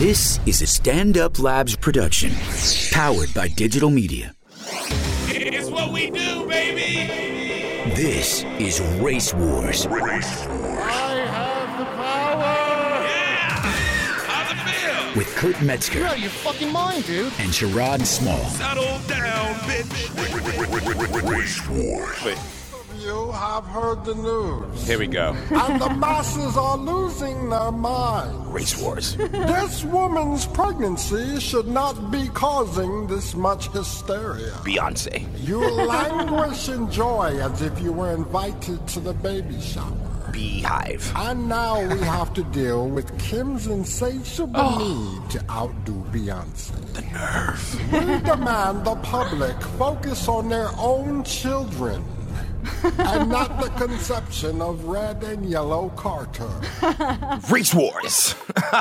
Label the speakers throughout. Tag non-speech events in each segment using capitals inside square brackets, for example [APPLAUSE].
Speaker 1: This is a Stand Up Labs production, powered by digital media.
Speaker 2: It's what we do, baby.
Speaker 1: This is Race Wars
Speaker 2: How's it feel?
Speaker 1: with Kurt Metzger
Speaker 3: Out of your fucking mind, dude.
Speaker 1: and Sherrod Small.
Speaker 2: Settle down, bitch.
Speaker 4: You have heard the news,
Speaker 2: Here we go.
Speaker 4: and the masses are losing their minds.
Speaker 2: Race wars.
Speaker 4: This woman's pregnancy should not be causing this much hysteria.
Speaker 2: Beyonce.
Speaker 4: You languish in joy as if you were invited to the baby shower.
Speaker 2: Beehive.
Speaker 4: And now we have to deal with Kim's insatiable need to outdo Beyonce. Oh. The nerve. We demand the public focus on their own children and not the conception of red and yellow Carter.
Speaker 2: Race wars. [LAUGHS]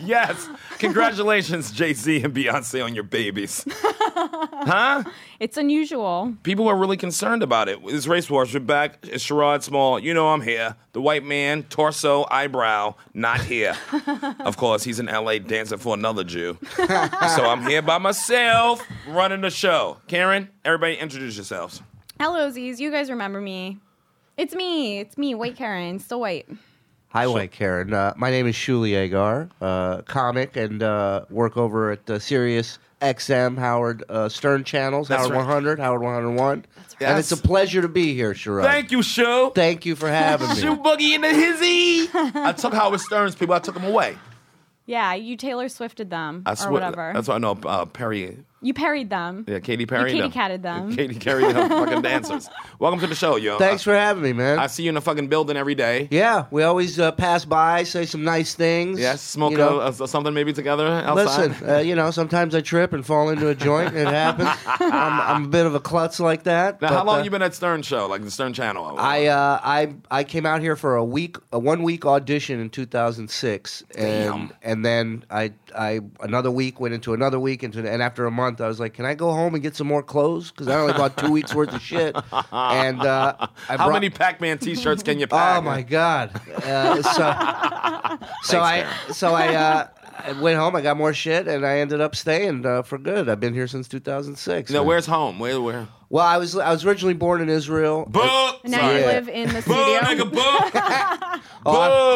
Speaker 2: yes. Congratulations, [LAUGHS] Jay Z and Beyonce, on your babies.
Speaker 5: It's unusual.
Speaker 2: People are really concerned about it. It's race wars. We're back. It's Sherrod Small. You know I'm here. The white man, torso, eyebrow, not here. of course, he's in LA dancing for another Jew. so I'm here by myself running the show. Karen, everybody introduce yourselves.
Speaker 5: Hello, Z's. You guys remember me. It's me. It's me, White Karen. Still white.
Speaker 3: Hi, White Karen. Uh, my name is Shuli Agar, uh, comic and uh, work over at uh, Sirius XM Howard uh, Stern channels,
Speaker 2: That's
Speaker 3: Howard
Speaker 2: right.
Speaker 3: 100, Howard 101.
Speaker 2: right.
Speaker 3: And
Speaker 2: Yes.
Speaker 3: it's a pleasure to be here, Sherrod.
Speaker 2: Thank you, Shoe.
Speaker 3: Thank you for having
Speaker 2: Shoe
Speaker 3: me.
Speaker 2: Boogie in the hizzy. [LAUGHS] I took Howard Stern's people. I took them away.
Speaker 5: Yeah, you Taylor Swifted them
Speaker 2: I
Speaker 5: or
Speaker 2: swear.
Speaker 5: whatever.
Speaker 2: That's what I know. Uh, Perry.
Speaker 5: you parried them.
Speaker 2: Yeah, Katy Perry.
Speaker 5: You
Speaker 2: them.
Speaker 5: kitty-catted them.
Speaker 2: [LAUGHS] Katy Perry. Them
Speaker 5: [LAUGHS]
Speaker 2: fucking dancers. Welcome to the show, yo.
Speaker 3: Thanks
Speaker 2: I,
Speaker 3: for having me, man.
Speaker 2: I see you in the fucking building every day.
Speaker 3: yeah, we always uh, pass by, say some nice things.
Speaker 2: Yes, smoke
Speaker 3: you know.
Speaker 2: a, a- something maybe together outside.
Speaker 3: Listen, uh, you know, sometimes I trip and fall into a joint.
Speaker 2: [LAUGHS]
Speaker 3: It happens. I'm, I'm a bit of a klutz like that.
Speaker 2: now, how
Speaker 3: but,
Speaker 2: long
Speaker 3: uh,
Speaker 2: you been at Stern Show, like the Stern Channel?
Speaker 3: I uh, I I came out here for a week, a one week audition in 2006, and and then I I another week went into another week into and after a month I was like, can I go home and get some more clothes because I only bought two weeks worth of shit, and uh, I
Speaker 2: how
Speaker 3: brought,
Speaker 2: many Pac-Man T-shirts can you pack?
Speaker 3: [LAUGHS] Oh my god! Uh,
Speaker 2: [LAUGHS]
Speaker 3: so so I so I. Uh, I went home. I got more shit, and I ended up staying uh, for good. I've been here since 2006.
Speaker 2: Now,
Speaker 3: man.
Speaker 2: where's home? Where? Where?
Speaker 3: well, I was I was originally born in Israel.
Speaker 2: Boo!
Speaker 5: And now
Speaker 2: Sorry.
Speaker 5: you live in the
Speaker 2: Boo,
Speaker 5: studio.
Speaker 2: nigga,
Speaker 5: [LAUGHS]
Speaker 2: boo!
Speaker 3: Oh,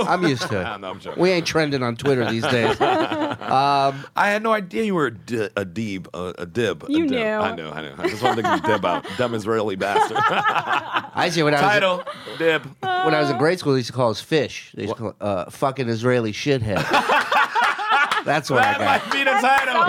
Speaker 2: Boo!
Speaker 3: I'm, I'm
Speaker 2: [LAUGHS]
Speaker 3: used to it.
Speaker 2: No, I'm joking.
Speaker 3: We ain't trending on Twitter
Speaker 2: [LAUGHS]
Speaker 3: these days.
Speaker 2: I had no idea you were a, di- a deeb, a, a dib. a
Speaker 5: You
Speaker 2: dib.
Speaker 5: knew.
Speaker 2: I know, I know. I just wanted to get dib
Speaker 3: [LAUGHS]
Speaker 2: out. Dumb Israeli bastard.
Speaker 3: I see when I was
Speaker 2: Title,
Speaker 3: [LAUGHS]
Speaker 2: dib.
Speaker 3: when I was in grade school, they used to call us fish. They used to call uh, fucking
Speaker 2: [LAUGHS]
Speaker 3: Israeli shithead. That's what I
Speaker 2: That
Speaker 3: got.
Speaker 2: might be the title.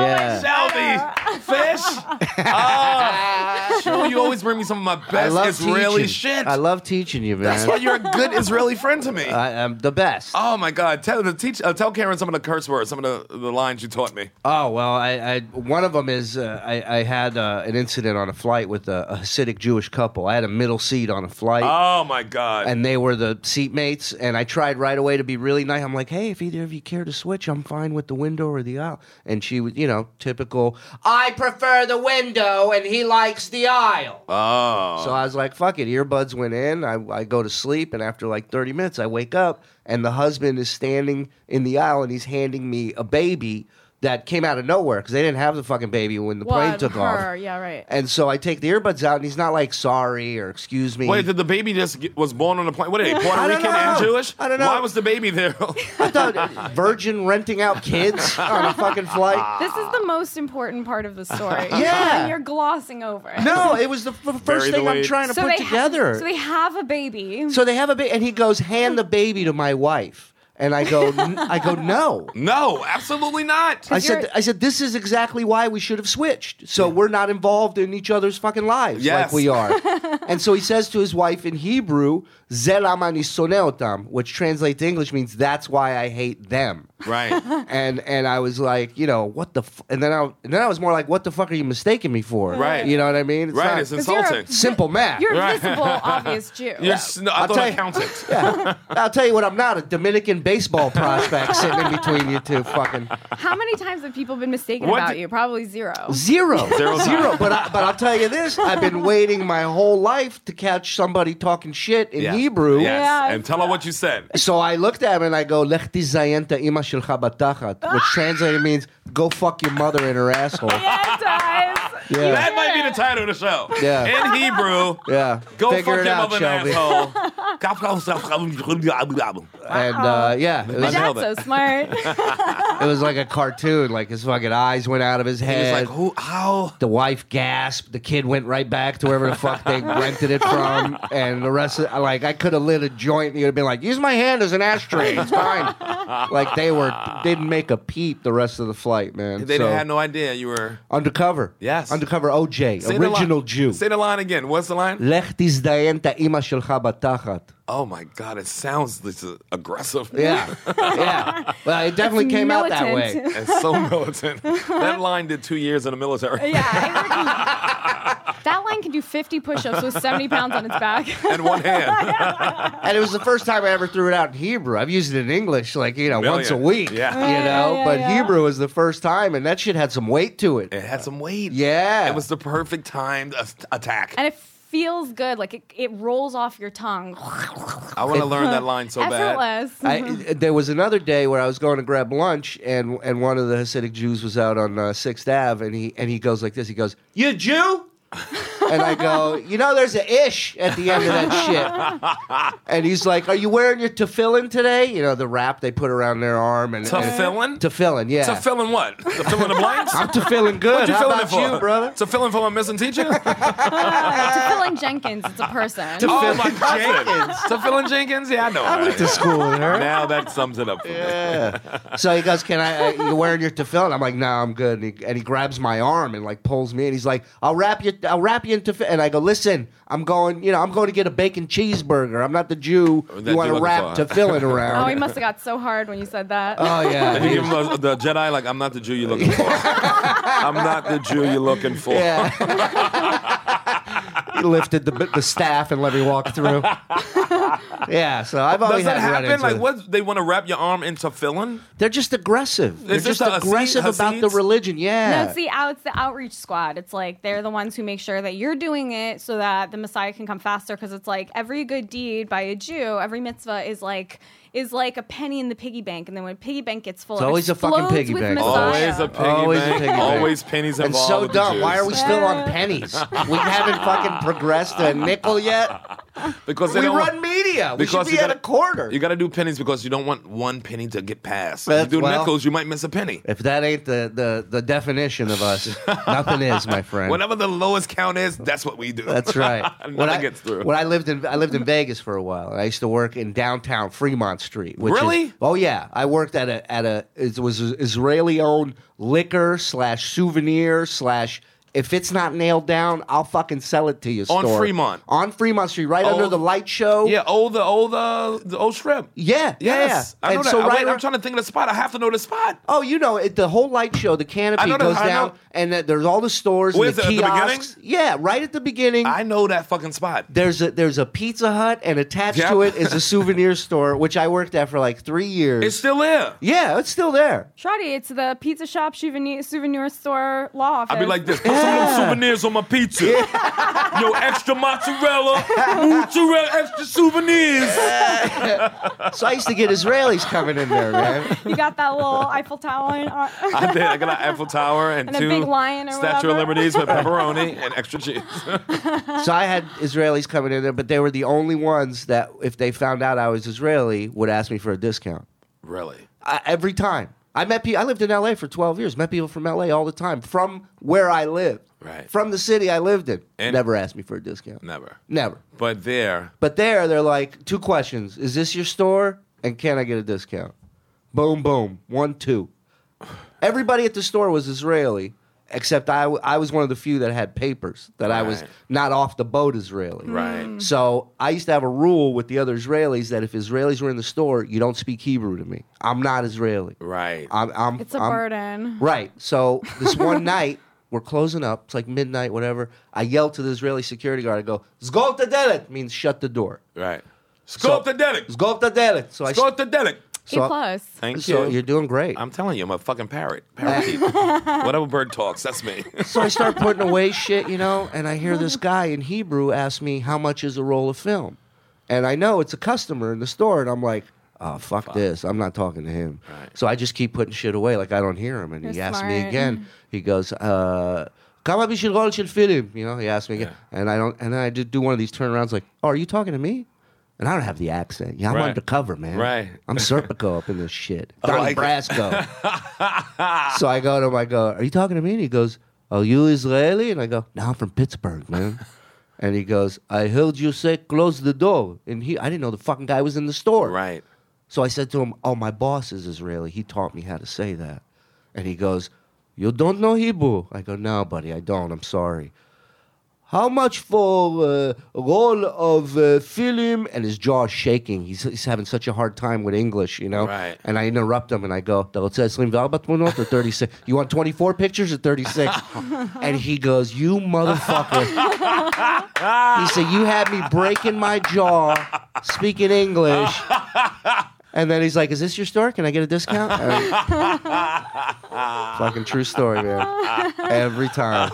Speaker 3: Yeah.
Speaker 2: Shelby, fish.
Speaker 3: [LAUGHS]
Speaker 2: Oh, sure, you always bring me some of my
Speaker 3: I
Speaker 2: best
Speaker 3: love
Speaker 2: Israeli
Speaker 3: teaching.
Speaker 2: shit.
Speaker 3: I love teaching you, man.
Speaker 2: That's why you're a good Israeli friend to me.
Speaker 3: [LAUGHS] I am the best.
Speaker 2: Oh my God! Tell the teach. Uh, tell Karen some of the curse words, some of the, the lines you taught me.
Speaker 3: Oh well, I, I one of them is uh, I, I had uh, an incident on a flight with a, a Hasidic Jewish couple. I had a middle seat on a flight.
Speaker 2: Oh my God!
Speaker 3: and they were the seatmates. And I tried right away to be really nice. I'm like, hey, if either of you care to switch, I'm fine with the window or the aisle. And she was, you know, typical. I prefer the window, and he likes the aisle.
Speaker 2: oh,
Speaker 3: So I was like, fuck it. Earbuds went in. I, I go to sleep. And after like 30 minutes, I wake up and the husband is standing in the aisle and he's handing me a baby that came out of nowhere because they didn't have the fucking baby when the plane took
Speaker 5: Whatever.
Speaker 3: off.
Speaker 5: Yeah, right.
Speaker 3: And so I take the earbuds out and he's not like, sorry or excuse me.
Speaker 2: wait! Did the baby just get, was born on a plane? What are they? Puerto
Speaker 3: I don't
Speaker 2: Rican and
Speaker 3: know.
Speaker 2: Jewish?
Speaker 3: I don't know.
Speaker 2: Why was the baby
Speaker 3: [LAUGHS]
Speaker 2: there?
Speaker 3: I thought Virgin renting out kids on a fucking flight.
Speaker 5: This is the most important part
Speaker 3: [LAUGHS]
Speaker 5: of the story.
Speaker 3: Yeah.
Speaker 5: And you're glossing over. it.
Speaker 3: No, it was the f- first
Speaker 2: Bury the
Speaker 3: thing I'm
Speaker 2: lead.
Speaker 3: trying to
Speaker 5: So
Speaker 3: put
Speaker 5: they
Speaker 3: together.
Speaker 5: Ha- so they have a baby.
Speaker 3: So they have a baby, and he goes, "Hand the baby to my wife," and I go,
Speaker 5: [LAUGHS]
Speaker 3: n- "I go, no."
Speaker 2: no, absolutely not.
Speaker 3: I
Speaker 5: you're-
Speaker 3: said, "I said this is exactly why we should have switched, so we're not involved in each other's fucking lives
Speaker 2: Yes.
Speaker 3: like
Speaker 5: [LAUGHS]
Speaker 3: we are." and so he says to his wife in Hebrew, "Zelam ani shoneh otam," which translates to English means "That's why I hate them." [LAUGHS]
Speaker 2: right,
Speaker 3: and and I was like, you know, what the, f-? and then I and then I was more like, what the fuck are you mistaking me for?
Speaker 2: Right.
Speaker 3: You know what I mean? It's
Speaker 2: right.
Speaker 3: not-
Speaker 2: It's
Speaker 5: 'Cause you're a-
Speaker 2: insulting.
Speaker 3: [LAUGHS] simple math. [LAUGHS]
Speaker 5: You're a visible, obvious Jew.
Speaker 2: You're s- no, I
Speaker 3: I'll
Speaker 2: thought
Speaker 3: tell
Speaker 2: I
Speaker 3: you-
Speaker 2: counted.
Speaker 3: yeah. I'll tell you what, I'm not a Dominican
Speaker 2: [LAUGHS]
Speaker 3: baseball prospect sitting in between you two. Fucking
Speaker 5: How many times have people been mistaken
Speaker 2: What
Speaker 5: about
Speaker 2: did-
Speaker 5: you? Probably zero.
Speaker 3: zero,
Speaker 2: Zero times.
Speaker 3: zero. But I, but I'll tell you this: I've been waiting my whole life to catch somebody talking shit [LAUGHS] in
Speaker 2: Yeah.
Speaker 3: Hebrew.
Speaker 2: Yes.
Speaker 5: Yeah.
Speaker 2: And tell her what you
Speaker 3: [LAUGHS]
Speaker 2: said.
Speaker 3: So I looked at him and I go, Lech tizayenta ima shelcha batachat, which translated means go fuck your mother in
Speaker 2: [LAUGHS]
Speaker 3: her asshole.
Speaker 5: Yeah, it
Speaker 3: [LAUGHS]
Speaker 5: does.
Speaker 3: Yeah.
Speaker 2: That might be the title of the show.
Speaker 3: Yeah.
Speaker 2: In
Speaker 3: [LAUGHS]
Speaker 2: Hebrew.
Speaker 3: Yeah.
Speaker 2: Go fuck
Speaker 3: Figure it
Speaker 2: your
Speaker 3: out,
Speaker 2: mother
Speaker 3: Shelby. [LAUGHS]
Speaker 2: asshole.
Speaker 3: And uh, yeah, it
Speaker 5: My
Speaker 3: was,
Speaker 2: nailed
Speaker 5: dad's so smart.
Speaker 3: [LAUGHS] it was like a cartoon. Like his fucking eyes went out of his
Speaker 2: He was
Speaker 3: head.
Speaker 2: like, who? How?
Speaker 3: the wife gasped. The kid went right back to wherever the
Speaker 2: [LAUGHS]
Speaker 3: fuck they rented it from. And the rest of like, I could have lit a joint. and You'd have been like, use my hand as an ashtray.
Speaker 2: [LAUGHS]
Speaker 3: It's fine. like they were didn't make a peep the rest of the flight, man.
Speaker 2: They
Speaker 3: so,
Speaker 2: had no idea you were.
Speaker 3: undercover.
Speaker 2: Yes.
Speaker 3: undercover OJ,
Speaker 2: Say the li-
Speaker 3: original Jew.
Speaker 2: Say the line again. What's the line?
Speaker 3: Lech tizdayenta ima shelcha batachat.
Speaker 2: Oh my God! It sounds this is aggressive.
Speaker 3: Yeah, yeah. Well, it definitely
Speaker 5: It's
Speaker 3: came out that
Speaker 5: militant.
Speaker 3: way.
Speaker 2: [LAUGHS] And so
Speaker 3: [LAUGHS]
Speaker 2: militant. that line did two years in the military
Speaker 5: yeah. I reckon- that line can do 50 push ups with 70 pounds on its back.
Speaker 2: [LAUGHS]
Speaker 5: [LAUGHS]
Speaker 2: and one
Speaker 3: [LAUGHS]
Speaker 2: hand.
Speaker 3: And it was the first time I ever threw it out in Hebrew. I've used it in English, like you know, once a
Speaker 2: Million.
Speaker 3: week.
Speaker 2: Yeah.
Speaker 3: you know.
Speaker 5: yeah,
Speaker 3: but
Speaker 5: yeah.
Speaker 3: Hebrew was the first time, and that shit had some weight to it.
Speaker 2: It had some weight.
Speaker 3: Yeah.
Speaker 2: It was the perfect timed a- attack.
Speaker 5: and it feels good. Like it, it rolls off your tongue.
Speaker 2: I want to learn that line so bad.
Speaker 5: Effortless. Mm-hmm.
Speaker 3: I, there was another day where I was going to grab lunch, and and one of the Hasidic Jews was out on uh, Sixth Ave, and he and he goes like this. He goes, "You Jew?" and I go, "You know, there's an ish at the end of that shit." And he's like, "Are you wearing your tefillin today? You know, the wrap they put around their arm and
Speaker 2: Tefillin?
Speaker 3: and- tefillin, yeah."
Speaker 2: To fill in what? To fill in the blanks?
Speaker 3: [LAUGHS] I'm tefillin
Speaker 2: What
Speaker 3: good.
Speaker 2: you
Speaker 3: How
Speaker 2: filling it
Speaker 3: about
Speaker 2: for,
Speaker 3: you, brother?
Speaker 2: To fill in for my missing
Speaker 3: [LAUGHS]
Speaker 2: teacher?
Speaker 3: Ah.
Speaker 5: to fill in Jenkins, it's a person.
Speaker 2: oh my Jenkins. to fill in Jenkins? Yeah, I know. I
Speaker 3: to school with her.
Speaker 2: Now that sums it up for me.
Speaker 3: So he goes, "Can I? Uh, you wearing your tefillin?" I'm like, "No, I'm good." And he, and he grabs my arm and like pulls me, and he's like, "I'll wrap you. I'll wrap you in tefillin." And I go, "Listen, I'm going. You know, I'm going to get a bacon cheeseburger. I'm not the Jew.
Speaker 2: That
Speaker 3: You want
Speaker 2: Jew on
Speaker 3: to
Speaker 2: the
Speaker 3: wrap
Speaker 2: side."
Speaker 3: tefillin around?"
Speaker 5: Oh, he must have got so hard when you said that.
Speaker 3: Oh,
Speaker 2: And you
Speaker 3: yeah.
Speaker 2: give him the, the Jedi, like, I'm not the Jew you're looking for. I'm not the Jew you're looking for.
Speaker 3: Yeah. he lifted the the staff and let me walk through. yeah. So I've
Speaker 2: Does
Speaker 3: always
Speaker 2: that
Speaker 3: had
Speaker 2: happen?
Speaker 3: run-ins
Speaker 2: Like,
Speaker 3: with-
Speaker 2: what? They want to wrap your arm into filling?
Speaker 3: They're just aggressive. They're
Speaker 2: Is this
Speaker 3: just
Speaker 2: the Hasid-
Speaker 3: aggressive about the
Speaker 2: Hasids?
Speaker 3: religion. Yeah.
Speaker 5: No, it's the out, it's the outreach squad. It's like they're the ones who make sure that you're doing it so that the Messiah can come faster. Because it's like every good deed by a Jew, every mitzvah is like is like a penny in the piggy bank, and then when piggy bank gets full,
Speaker 3: It's
Speaker 5: it
Speaker 3: always a fucking
Speaker 5: explodes
Speaker 3: piggy
Speaker 5: with
Speaker 3: bank.
Speaker 5: Messiah.
Speaker 2: Always a piggy
Speaker 3: Always a
Speaker 2: bank.
Speaker 3: piggy bank.
Speaker 2: Always pennies
Speaker 3: And
Speaker 2: involved.
Speaker 3: so
Speaker 2: with the
Speaker 3: dumb.
Speaker 2: Jews.
Speaker 3: Why are we still [LAUGHS] on pennies? We haven't fucking progressed to a nickel yet.
Speaker 2: Because they
Speaker 3: [LAUGHS] We
Speaker 2: don't want-
Speaker 3: run media. We should
Speaker 2: Because
Speaker 3: be
Speaker 2: you
Speaker 3: at
Speaker 2: gotta-
Speaker 3: a quarter.
Speaker 2: You got to do pennies because you don't want one penny to get passed.
Speaker 3: That's-
Speaker 2: if you do
Speaker 3: well-
Speaker 2: nickels, you might miss a penny.
Speaker 3: if that ain't the, the, the definition of [LAUGHS] us, nothing is, my friend.
Speaker 2: Whenever the lowest count is, that's what we do.
Speaker 3: That's
Speaker 2: [LAUGHS]
Speaker 3: right.
Speaker 2: Nothing
Speaker 3: When I-
Speaker 2: gets through.
Speaker 3: When I lived in I lived in Vegas for a while, and I used to work in downtown Fremont Street. Which is-
Speaker 2: Really?
Speaker 3: oh yeah, I worked at a at a it was Israeli owned liquor slash souvenir slash. If it's not nailed down, I'll fucking sell it to you.
Speaker 2: On
Speaker 3: store.
Speaker 2: Fremont. Oh.
Speaker 3: on Fremont Street, right under the light show.
Speaker 2: yeah, old the old uh, the old strip.
Speaker 3: yeah, yeah.
Speaker 2: Yes, I
Speaker 3: and
Speaker 2: know that.
Speaker 3: so
Speaker 2: I-
Speaker 3: right,
Speaker 2: wait, I'm
Speaker 3: ar-
Speaker 2: trying to think of the spot. I have to know the spot.
Speaker 3: Oh, you know, it, the whole light show, the canopy
Speaker 2: I know that-
Speaker 3: goes
Speaker 2: I know-
Speaker 3: down, and that there's all the stores
Speaker 2: Where's
Speaker 3: and the
Speaker 2: it, at the
Speaker 3: kiosks. yeah, right at the beginning.
Speaker 2: I know that fucking spot.
Speaker 3: there's a there's a Pizza Hut, and attached
Speaker 2: Yeah.
Speaker 3: to it is a souvenir store, which I worked at for like three years.
Speaker 2: It's still there.
Speaker 3: yeah, it's still there.
Speaker 5: Shoddy, it's the pizza shop souvenir, souvenir store law office.
Speaker 2: I'd be like this. Put some little souvenirs on my pizza. [LAUGHS] Yo, extra mozzarella, mozzarella, extra souvenirs.
Speaker 3: So I used to get Israelis coming in there, man.
Speaker 5: you got that little Eiffel Tower. In,
Speaker 2: [LAUGHS]
Speaker 5: uh,
Speaker 2: [LAUGHS] I did. I got an Eiffel Tower and,
Speaker 5: And a
Speaker 2: two
Speaker 5: big lion or
Speaker 2: Statue of
Speaker 5: whatever.
Speaker 2: Liberties
Speaker 5: [LAUGHS]
Speaker 2: with pepperoni and extra cheese. [LAUGHS]
Speaker 3: So I had Israelis coming in there, but they were the only ones that, if they found out I was Israeli, would ask me for a discount
Speaker 2: really?
Speaker 3: I, every time. I met people. I lived in L.A. for twelve years. Met people from L.A. all the time, from where I lived,
Speaker 2: Right.
Speaker 3: from the city I lived in.
Speaker 2: And-
Speaker 3: Never asked me for a discount.
Speaker 2: Never.
Speaker 3: Never.
Speaker 2: But there,
Speaker 3: But there, they're like, two questions. Is this your store? And can I get a discount? Boom, boom. One, two. Everybody at the store was Israeli, except I, w- I was one of the few that had papers, that I was
Speaker 2: Right.
Speaker 3: not off the boat Israeli.
Speaker 2: Right. Mm.
Speaker 3: So I used to have a rule with the other Israelis that if Israelis were in the store, you don't speak Hebrew to me. I'm not Israeli.
Speaker 2: right.
Speaker 3: I'm, I'm,
Speaker 5: it's a
Speaker 3: I'm-
Speaker 5: burden.
Speaker 3: Right. So this one [LAUGHS] night, we're closing up. It's like midnight, whatever. I yell to the Israeli security guard. I go, "Zgol tadelet," means shut the door.
Speaker 2: Right. Sculpt the delic.
Speaker 3: Zgol tadelet. So I
Speaker 2: Sculpt the delic.
Speaker 3: So-
Speaker 5: A plus.
Speaker 2: Thank
Speaker 3: So
Speaker 2: you.
Speaker 3: you're doing great.
Speaker 2: I'm telling you, I'm a fucking
Speaker 3: [LAUGHS]
Speaker 2: parrot. Parakeet. Whatever bird talks, that's me.
Speaker 3: so
Speaker 2: [LAUGHS]
Speaker 3: I start putting away shit, you know, and I hear this guy in Hebrew ask me how much is a roll of film, and I know it's a customer in the store, and I'm like. Oh fuck, this! I'm not talking to him. So I just keep putting shit away, like I don't hear him. And he
Speaker 5: You're
Speaker 3: asks me
Speaker 5: smart. [LAUGHS]
Speaker 3: again. He goes, uh, "Kama bishul rol shel filim?" You know, he asked me again, and I don't. And then I did do one of these turnarounds, like, "Oh, are you talking to me?" And I don't have the accent. Yeah, I'm
Speaker 2: Right.
Speaker 3: undercover, man.
Speaker 2: Right. Oh,
Speaker 3: I'm Serpico up in
Speaker 2: [LAUGHS]
Speaker 3: this shit. Donnie
Speaker 2: like it. [LAUGHS]
Speaker 3: Brasco. [LAUGHS] So I go to him, I go, Are you talking to me? And he goes, Are you Israeli? And I go, No, I'm from Pittsburgh, man. and he goes, I heard you say close the door. And he I didn't know the fucking guy was in the store.
Speaker 2: right.
Speaker 3: So I said to him, Oh, my boss is Israeli. He taught me how to say that. And he goes, You don't know Hebrew? I go, No, buddy, I don't. I'm sorry. How much for uh, roll of uh, film? And his jaw shaking. He's, he's having such a hard time with English, you know?
Speaker 2: Right.
Speaker 3: And I interrupt him and I go, "Don't say Slim Valbat Munot or 36. You want 24 pictures or 36? and he goes, You motherfucker. he said, You had me breaking my jaw, speaking English. And then he's like, "Is this your store? Can I get
Speaker 2: [LAUGHS]
Speaker 3: a discount?" And- fucking true story,
Speaker 2: [LAUGHS]
Speaker 3: man. Every time,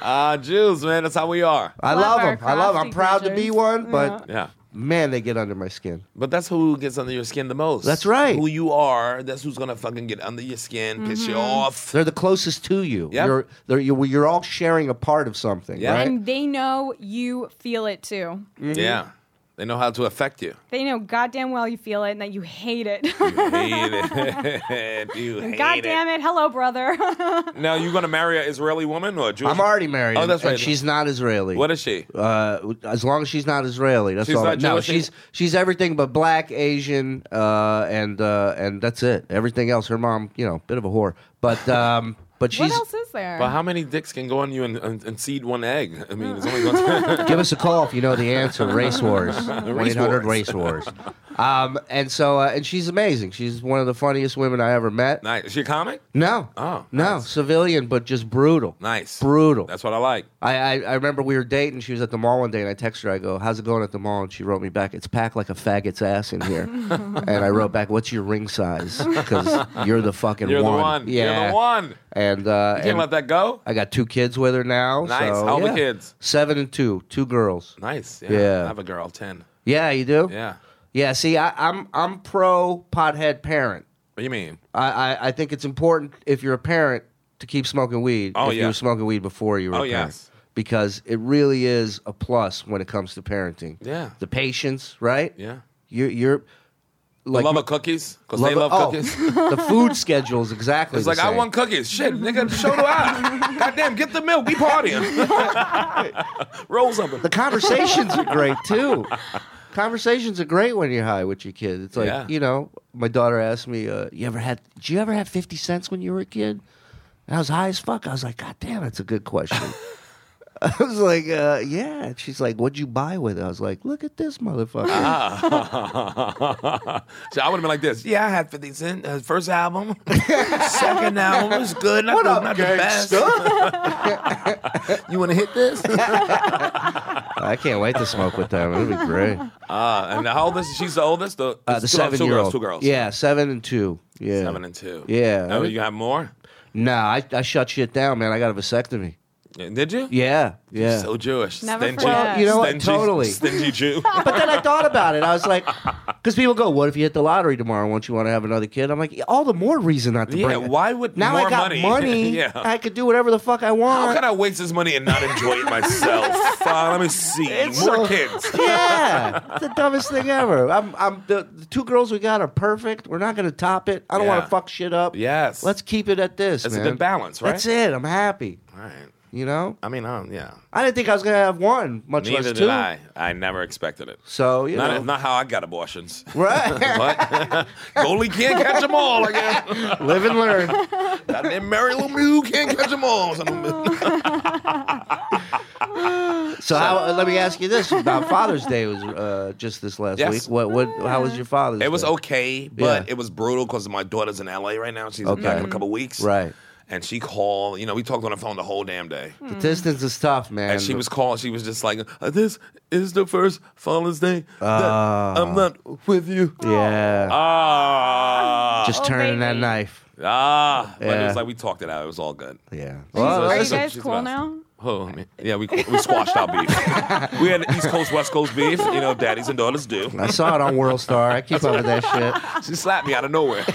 Speaker 2: Ah, Jews, man. That's how we are.
Speaker 3: I
Speaker 5: Love
Speaker 3: love
Speaker 5: our
Speaker 3: them. I love. I'm
Speaker 5: crafty
Speaker 3: proud to be
Speaker 5: creatures.
Speaker 3: one, but
Speaker 2: Yeah.
Speaker 3: man, they get under my skin.
Speaker 2: But that's who gets under your skin the most.
Speaker 3: That's right.
Speaker 2: Who you are, that's who's gonna fucking get under your skin, piss you
Speaker 3: [LAUGHS]
Speaker 2: off.
Speaker 3: They're the closest to you.
Speaker 2: Yep.
Speaker 3: You're, they're, you're you're all sharing a part of something,
Speaker 2: Yeah.
Speaker 3: right?
Speaker 5: And they know you feel it too.
Speaker 3: Mm-hmm.
Speaker 2: Yeah. They know how to affect
Speaker 3: [LAUGHS]
Speaker 2: you.
Speaker 5: They know goddamn well you feel it and that you hate it. [LAUGHS]
Speaker 2: Hate it. [LAUGHS] you hate
Speaker 5: goddamn it. Hello, brother. [LAUGHS]
Speaker 2: it. Now you gonna marry an Israeli woman or a Jewish
Speaker 3: I'm already married.
Speaker 2: Oh, that's
Speaker 3: and
Speaker 2: right.
Speaker 3: she's not Israeli.
Speaker 2: What is she?
Speaker 3: uh, as long as she's not Israeli, that's
Speaker 2: She's
Speaker 3: all.
Speaker 2: not
Speaker 3: no,
Speaker 2: Jewish
Speaker 3: she's she's everything but black, Asian, uh, and uh, and that's it. Everything else, her mom, you know, bit of a whore, but um, but she's
Speaker 5: what else is there?
Speaker 2: But how many dicks can go on you and, and, and seed one egg? I mean, it's only
Speaker 3: [LAUGHS]
Speaker 2: one. [LAUGHS]
Speaker 3: Give us a call if you know the answer. Race Wars. 1 800 Race Wars. Um, and so, uh, and she's amazing. She's one of the funniest women I ever met.
Speaker 2: nice. Is she a comic?
Speaker 3: No.
Speaker 2: Oh,
Speaker 3: no.
Speaker 2: nice.
Speaker 3: Civilian, but just brutal.
Speaker 2: Nice.
Speaker 3: Brutal.
Speaker 2: That's what I like.
Speaker 3: I, I, I remember we were dating. She was at the mall one day, and I texted her. I go, "How's it going at the mall?" And she wrote me back, "It's packed like a faggot's ass
Speaker 2: [LAUGHS]
Speaker 3: in here." and I wrote back, "What's your ring size? Because you're the fucking
Speaker 2: You're
Speaker 3: one.
Speaker 2: the one.
Speaker 3: Yeah,
Speaker 2: You're the one. You
Speaker 3: And uh,
Speaker 2: can't
Speaker 3: and
Speaker 2: let that go.
Speaker 3: I got two kids with her now.
Speaker 2: Nice.
Speaker 3: so,
Speaker 2: How old the
Speaker 3: yeah.
Speaker 2: kids?
Speaker 3: Seven and two. Two girls.
Speaker 2: Nice. Yeah.
Speaker 3: Yeah.
Speaker 2: I have a girl, 10.
Speaker 3: Yeah, you do.
Speaker 2: Yeah.
Speaker 3: Yeah, see, I, I'm I'm pro pothead parent.
Speaker 2: What do you mean?
Speaker 3: I, I I think it's important if you're a parent to keep smoking weed.
Speaker 2: Oh,
Speaker 3: if
Speaker 2: yeah.
Speaker 3: you were smoking weed before you were
Speaker 2: Oh,
Speaker 3: a parent.
Speaker 2: yes.
Speaker 3: Because it really is a plus when it comes to parenting.
Speaker 2: Yeah.
Speaker 3: The patience, right?
Speaker 2: Yeah.
Speaker 3: You're you're like
Speaker 2: love of cookies? Because
Speaker 3: love
Speaker 2: they
Speaker 3: of-
Speaker 2: love
Speaker 3: oh,
Speaker 2: cookies.
Speaker 3: [LAUGHS] the
Speaker 2: [LAUGHS]
Speaker 3: food schedule is exactly
Speaker 2: It's
Speaker 3: the
Speaker 2: like, I
Speaker 3: same.
Speaker 2: want cookies. Shit, nigga, show the
Speaker 3: [LAUGHS]
Speaker 2: out. Goddamn, get the milk. We partying. Roll something.
Speaker 3: the conversations are
Speaker 2: [LAUGHS]
Speaker 3: great too. Conversations are great when you're high with your kid. It's like
Speaker 2: Yeah.
Speaker 3: you know, my daughter asked me, uh, "You ever had? Did you ever have fifty cents when you were a kid?" And I was high as fuck. I was like, "God damn, that's a good question."
Speaker 2: [LAUGHS]
Speaker 3: [LAUGHS] I was like, uh, "Yeah." And she's like, "What'd you buy with?" it?" I was like, "Look at this motherfucker."
Speaker 2: Ah, So I would have been like this. Yeah, I had 50 Cent. uh, first
Speaker 3: [LAUGHS]
Speaker 2: album. Second album was good. Not,
Speaker 3: What
Speaker 2: the,
Speaker 3: up,
Speaker 2: not the [LAUGHS] best. you want to hit this?
Speaker 3: I can't wait to smoke with them. It'll
Speaker 2: [LAUGHS]
Speaker 3: be great.
Speaker 2: Uh, and how old is She's the oldest? The,
Speaker 3: Uh, the
Speaker 2: two-
Speaker 3: seven
Speaker 2: two
Speaker 3: year
Speaker 2: girls,
Speaker 3: old,
Speaker 2: two girls.
Speaker 3: Yeah, seven and two. Yeah,
Speaker 2: Seven and two.
Speaker 3: Yeah.
Speaker 2: Oh, you have more?
Speaker 3: Nah, I, I shut shit down, man. I got a vasectomy.
Speaker 2: Yeah, Did you?
Speaker 3: Yeah, yeah.
Speaker 2: So Jewish.
Speaker 5: Never
Speaker 2: stingy.
Speaker 5: forget. Well,
Speaker 3: you know what?
Speaker 2: Stingy,
Speaker 3: Totally.
Speaker 2: Stingy
Speaker 5: [LAUGHS]
Speaker 2: Jew.
Speaker 3: But then I thought about it. I was like, because people go, "What if you hit the lottery tomorrow? Won't you want to have another kid?" I'm like, "Yeah, all the more reason not
Speaker 2: [LAUGHS]
Speaker 3: to
Speaker 2: Yeah,
Speaker 3: bring it.
Speaker 2: why would
Speaker 3: now
Speaker 2: more
Speaker 3: I got
Speaker 2: money? [LAUGHS]
Speaker 3: money?
Speaker 2: Yeah.
Speaker 3: I could do whatever the fuck I want.
Speaker 2: How can I waste this money and not enjoy it
Speaker 3: [LAUGHS]
Speaker 2: myself? uh, let me see.
Speaker 3: It's
Speaker 2: More
Speaker 3: so-
Speaker 2: kids.
Speaker 3: [LAUGHS] yeah, it's the dumbest thing ever. I'm, I'm the, the two girls we got are perfect. We're not going to top it. I don't
Speaker 2: Yeah.
Speaker 3: want to fuck shit up.
Speaker 2: Yes.
Speaker 3: let's keep it at this.
Speaker 2: It's a
Speaker 3: man.
Speaker 2: good balance, right?
Speaker 3: That's it. I'm happy.
Speaker 2: All right.
Speaker 3: You know,
Speaker 2: I mean, um, yeah.
Speaker 3: I didn't think I was going to have one, much
Speaker 2: Neither
Speaker 3: less
Speaker 2: did
Speaker 3: two.
Speaker 2: I. I never expected it.
Speaker 3: So you
Speaker 2: Not,
Speaker 3: know,
Speaker 2: not how I got
Speaker 3: [LAUGHS]
Speaker 2: abortions.
Speaker 3: right?
Speaker 2: But [LAUGHS] goalie can't catch them all, I guess.
Speaker 3: Live and learn.
Speaker 2: Goddamn Mary Lou Mew can't catch them all. Something-
Speaker 3: So how, let me ask you this: about Father's Day was uh, just this last
Speaker 2: Yes.
Speaker 3: week. What? What? How was your Father's?
Speaker 2: It was
Speaker 3: Day?
Speaker 2: okay, but
Speaker 3: Yeah.
Speaker 2: it was brutal because my daughter's in LA right now. She's
Speaker 3: Okay.
Speaker 2: back in a couple weeks.
Speaker 3: Right. Hmm.
Speaker 2: and she called. You know, we talked on the phone the whole damn day.
Speaker 3: The distance is tough, man.
Speaker 2: And she was calling. She was just like, "Uh, "This is the first Father's Day that
Speaker 3: Ah.
Speaker 2: I'm not with you."
Speaker 3: yeah,
Speaker 2: Ah,
Speaker 3: just
Speaker 5: Oh,
Speaker 3: turning that
Speaker 5: baby.
Speaker 3: knife.
Speaker 2: ah. But it
Speaker 3: Yeah.
Speaker 2: was like we talked it out. It was all good.
Speaker 3: Yeah.
Speaker 5: Are you
Speaker 2: Listen,
Speaker 5: guys
Speaker 2: she's
Speaker 5: cool
Speaker 2: about-
Speaker 5: now?
Speaker 2: Oh, man. yeah, we we squashed our
Speaker 3: [LAUGHS]
Speaker 2: beef. we had East Coast West Coast beef. You know, daddies and daughters do.
Speaker 3: I saw it on World Star. I keep up with that shit.
Speaker 2: She slapped me out of nowhere. [LAUGHS]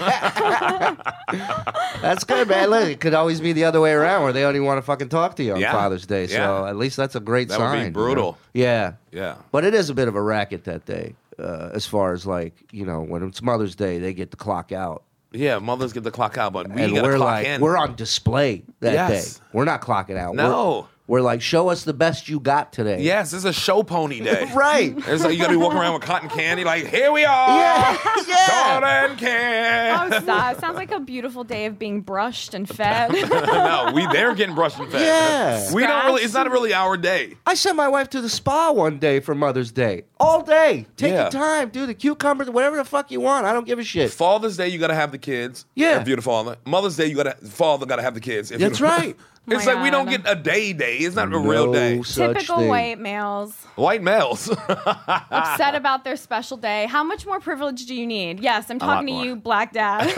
Speaker 3: That's good, man. Look, it could always be the other way around where they only want to fucking talk to you on
Speaker 2: Yeah.
Speaker 3: Father's Day. So
Speaker 2: Yeah.
Speaker 3: at least that's a great
Speaker 2: That would be
Speaker 3: sign. you know?
Speaker 2: brutal.
Speaker 3: Yeah.
Speaker 2: yeah.
Speaker 3: But it is a bit of a racket that day, uh, as far as like, you know, when it's Mother's Day, they get the clock out.
Speaker 2: Yeah, mothers get the clock out, but we
Speaker 3: and
Speaker 2: gotta
Speaker 3: we're
Speaker 2: clock
Speaker 3: like,
Speaker 2: in.
Speaker 3: we're on display that
Speaker 2: Yes.
Speaker 3: day. We're not clocking out.
Speaker 2: No.
Speaker 3: We're, we're like, show us the best you got today.
Speaker 2: Yes, it's a show pony day.
Speaker 3: [LAUGHS] Right.
Speaker 2: [LAUGHS] It's like you gotta be walking around with cotton candy, like, here we are.
Speaker 3: Yeah. yeah.
Speaker 2: Cotton candy.
Speaker 5: Oh, stop. It sounds like a beautiful day of being brushed and fed.
Speaker 2: [LAUGHS] no, we they're getting brushed and fed.
Speaker 3: Yeah.
Speaker 2: We don't really it's not really our day.
Speaker 3: I sent my wife to the spa one day for Mother's Day. All day. Take
Speaker 2: Yeah.
Speaker 3: your time, do the cucumber, whatever the fuck you want. I don't give a shit.
Speaker 2: Father's Day, you gotta have the kids.
Speaker 3: Yeah.
Speaker 2: If you're the father. Mother's Day, you gotta father gotta have the kids. If you're
Speaker 3: That's
Speaker 2: the-
Speaker 3: right.
Speaker 2: [LAUGHS] It's
Speaker 5: My
Speaker 2: like we don't
Speaker 5: God.
Speaker 2: get a day day. It's not a real
Speaker 3: No
Speaker 2: day.
Speaker 3: such
Speaker 5: [LAUGHS] Typical
Speaker 3: thing.
Speaker 5: white
Speaker 2: [LAUGHS]
Speaker 5: males
Speaker 2: White males.
Speaker 5: upset about their special day. How much more privilege do you need? Yes, I'm
Speaker 2: lot
Speaker 5: talking
Speaker 2: more.
Speaker 5: to you,
Speaker 2: [LAUGHS]
Speaker 5: black dad.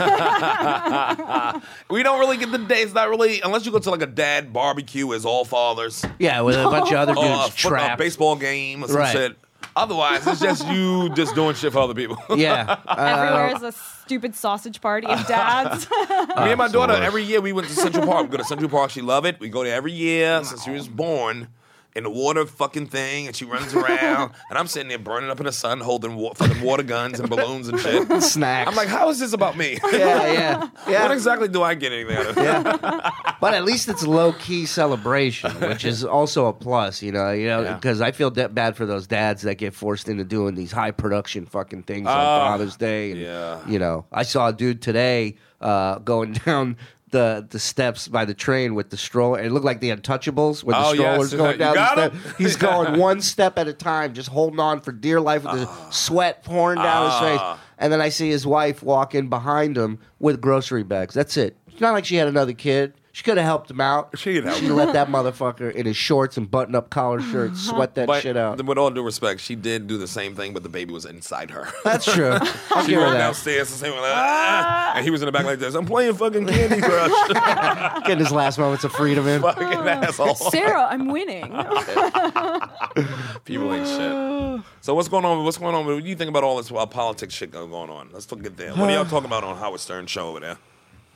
Speaker 2: we don't really get the day. It's not really unless you go to like a dad barbecue is all fathers.
Speaker 3: Yeah, with a bunch
Speaker 2: [LAUGHS]
Speaker 3: of other dudes
Speaker 2: or a, foot- a
Speaker 3: trapped.
Speaker 2: Oh, baseball game or some
Speaker 3: Right.
Speaker 2: shit. Otherwise, it's just you just doing shit for other people.
Speaker 3: Yeah. Uh,
Speaker 5: Everywhere is a stupid sausage party of
Speaker 3: [LAUGHS]
Speaker 5: dads.
Speaker 2: Me and my
Speaker 3: it's the
Speaker 2: daughter,
Speaker 3: worst.
Speaker 2: every year we went to Central Park. We go to Central Park. She love it. We go there every year since she was born. In the water fucking thing, and she runs
Speaker 3: [LAUGHS]
Speaker 2: around, and I'm sitting there burning up in the sun, holding wa- fucking water guns and balloons and shit.
Speaker 3: [LAUGHS]
Speaker 2: [LAUGHS]
Speaker 3: snacks.
Speaker 2: I'm like, how is this about me? [LAUGHS]
Speaker 3: yeah, yeah, yeah.
Speaker 2: What exactly do I get anything out of it?
Speaker 3: But at least it's low key celebration, which is also a plus, you know, you know,
Speaker 2: Yeah.
Speaker 3: because I feel de- bad for those dads that get forced into doing these high production fucking things on
Speaker 2: Ah,
Speaker 3: Father's Day. and,
Speaker 2: yeah.
Speaker 3: you know, I saw a dude today uh, going [LAUGHS] down. The, the steps by the train with the stroller. It looked like the Untouchables when the
Speaker 2: Oh, yes.
Speaker 3: stroller's
Speaker 2: [LAUGHS]
Speaker 3: going
Speaker 2: You
Speaker 3: down. the
Speaker 2: got
Speaker 3: step.
Speaker 2: 'em? [LAUGHS]
Speaker 3: He's going one step at a time, just holding on for dear life with the sweat pouring down his
Speaker 2: Ah.
Speaker 3: face. And then I see his wife walk in behind him with grocery bags. That's it. It's not like she had another kid. She could have helped him out.
Speaker 2: She could help him.
Speaker 3: let that motherfucker in his shorts and button up collar shirt sweat that
Speaker 2: But
Speaker 3: shit out.
Speaker 2: with all due respect, she did do the same thing, but the baby was inside
Speaker 3: [LAUGHS]
Speaker 2: her.
Speaker 3: That's
Speaker 2: [LAUGHS]
Speaker 3: true. I'll
Speaker 2: she
Speaker 3: give her
Speaker 2: ran
Speaker 3: that.
Speaker 2: downstairs and saying, "Ah," and he was in the back like this. I'm playing fucking Candy
Speaker 3: [LAUGHS]
Speaker 2: Crush.
Speaker 3: Getting his last moments of freedom in.
Speaker 2: fucking asshole.
Speaker 5: Sarah, I'm
Speaker 3: [LAUGHS]
Speaker 5: winning.
Speaker 2: People ain't shit. So what's going on? What's going on? What do you think about all this uh, politics shit going on? Let's look at that. What are y'all talking about on Howard Stern show over there?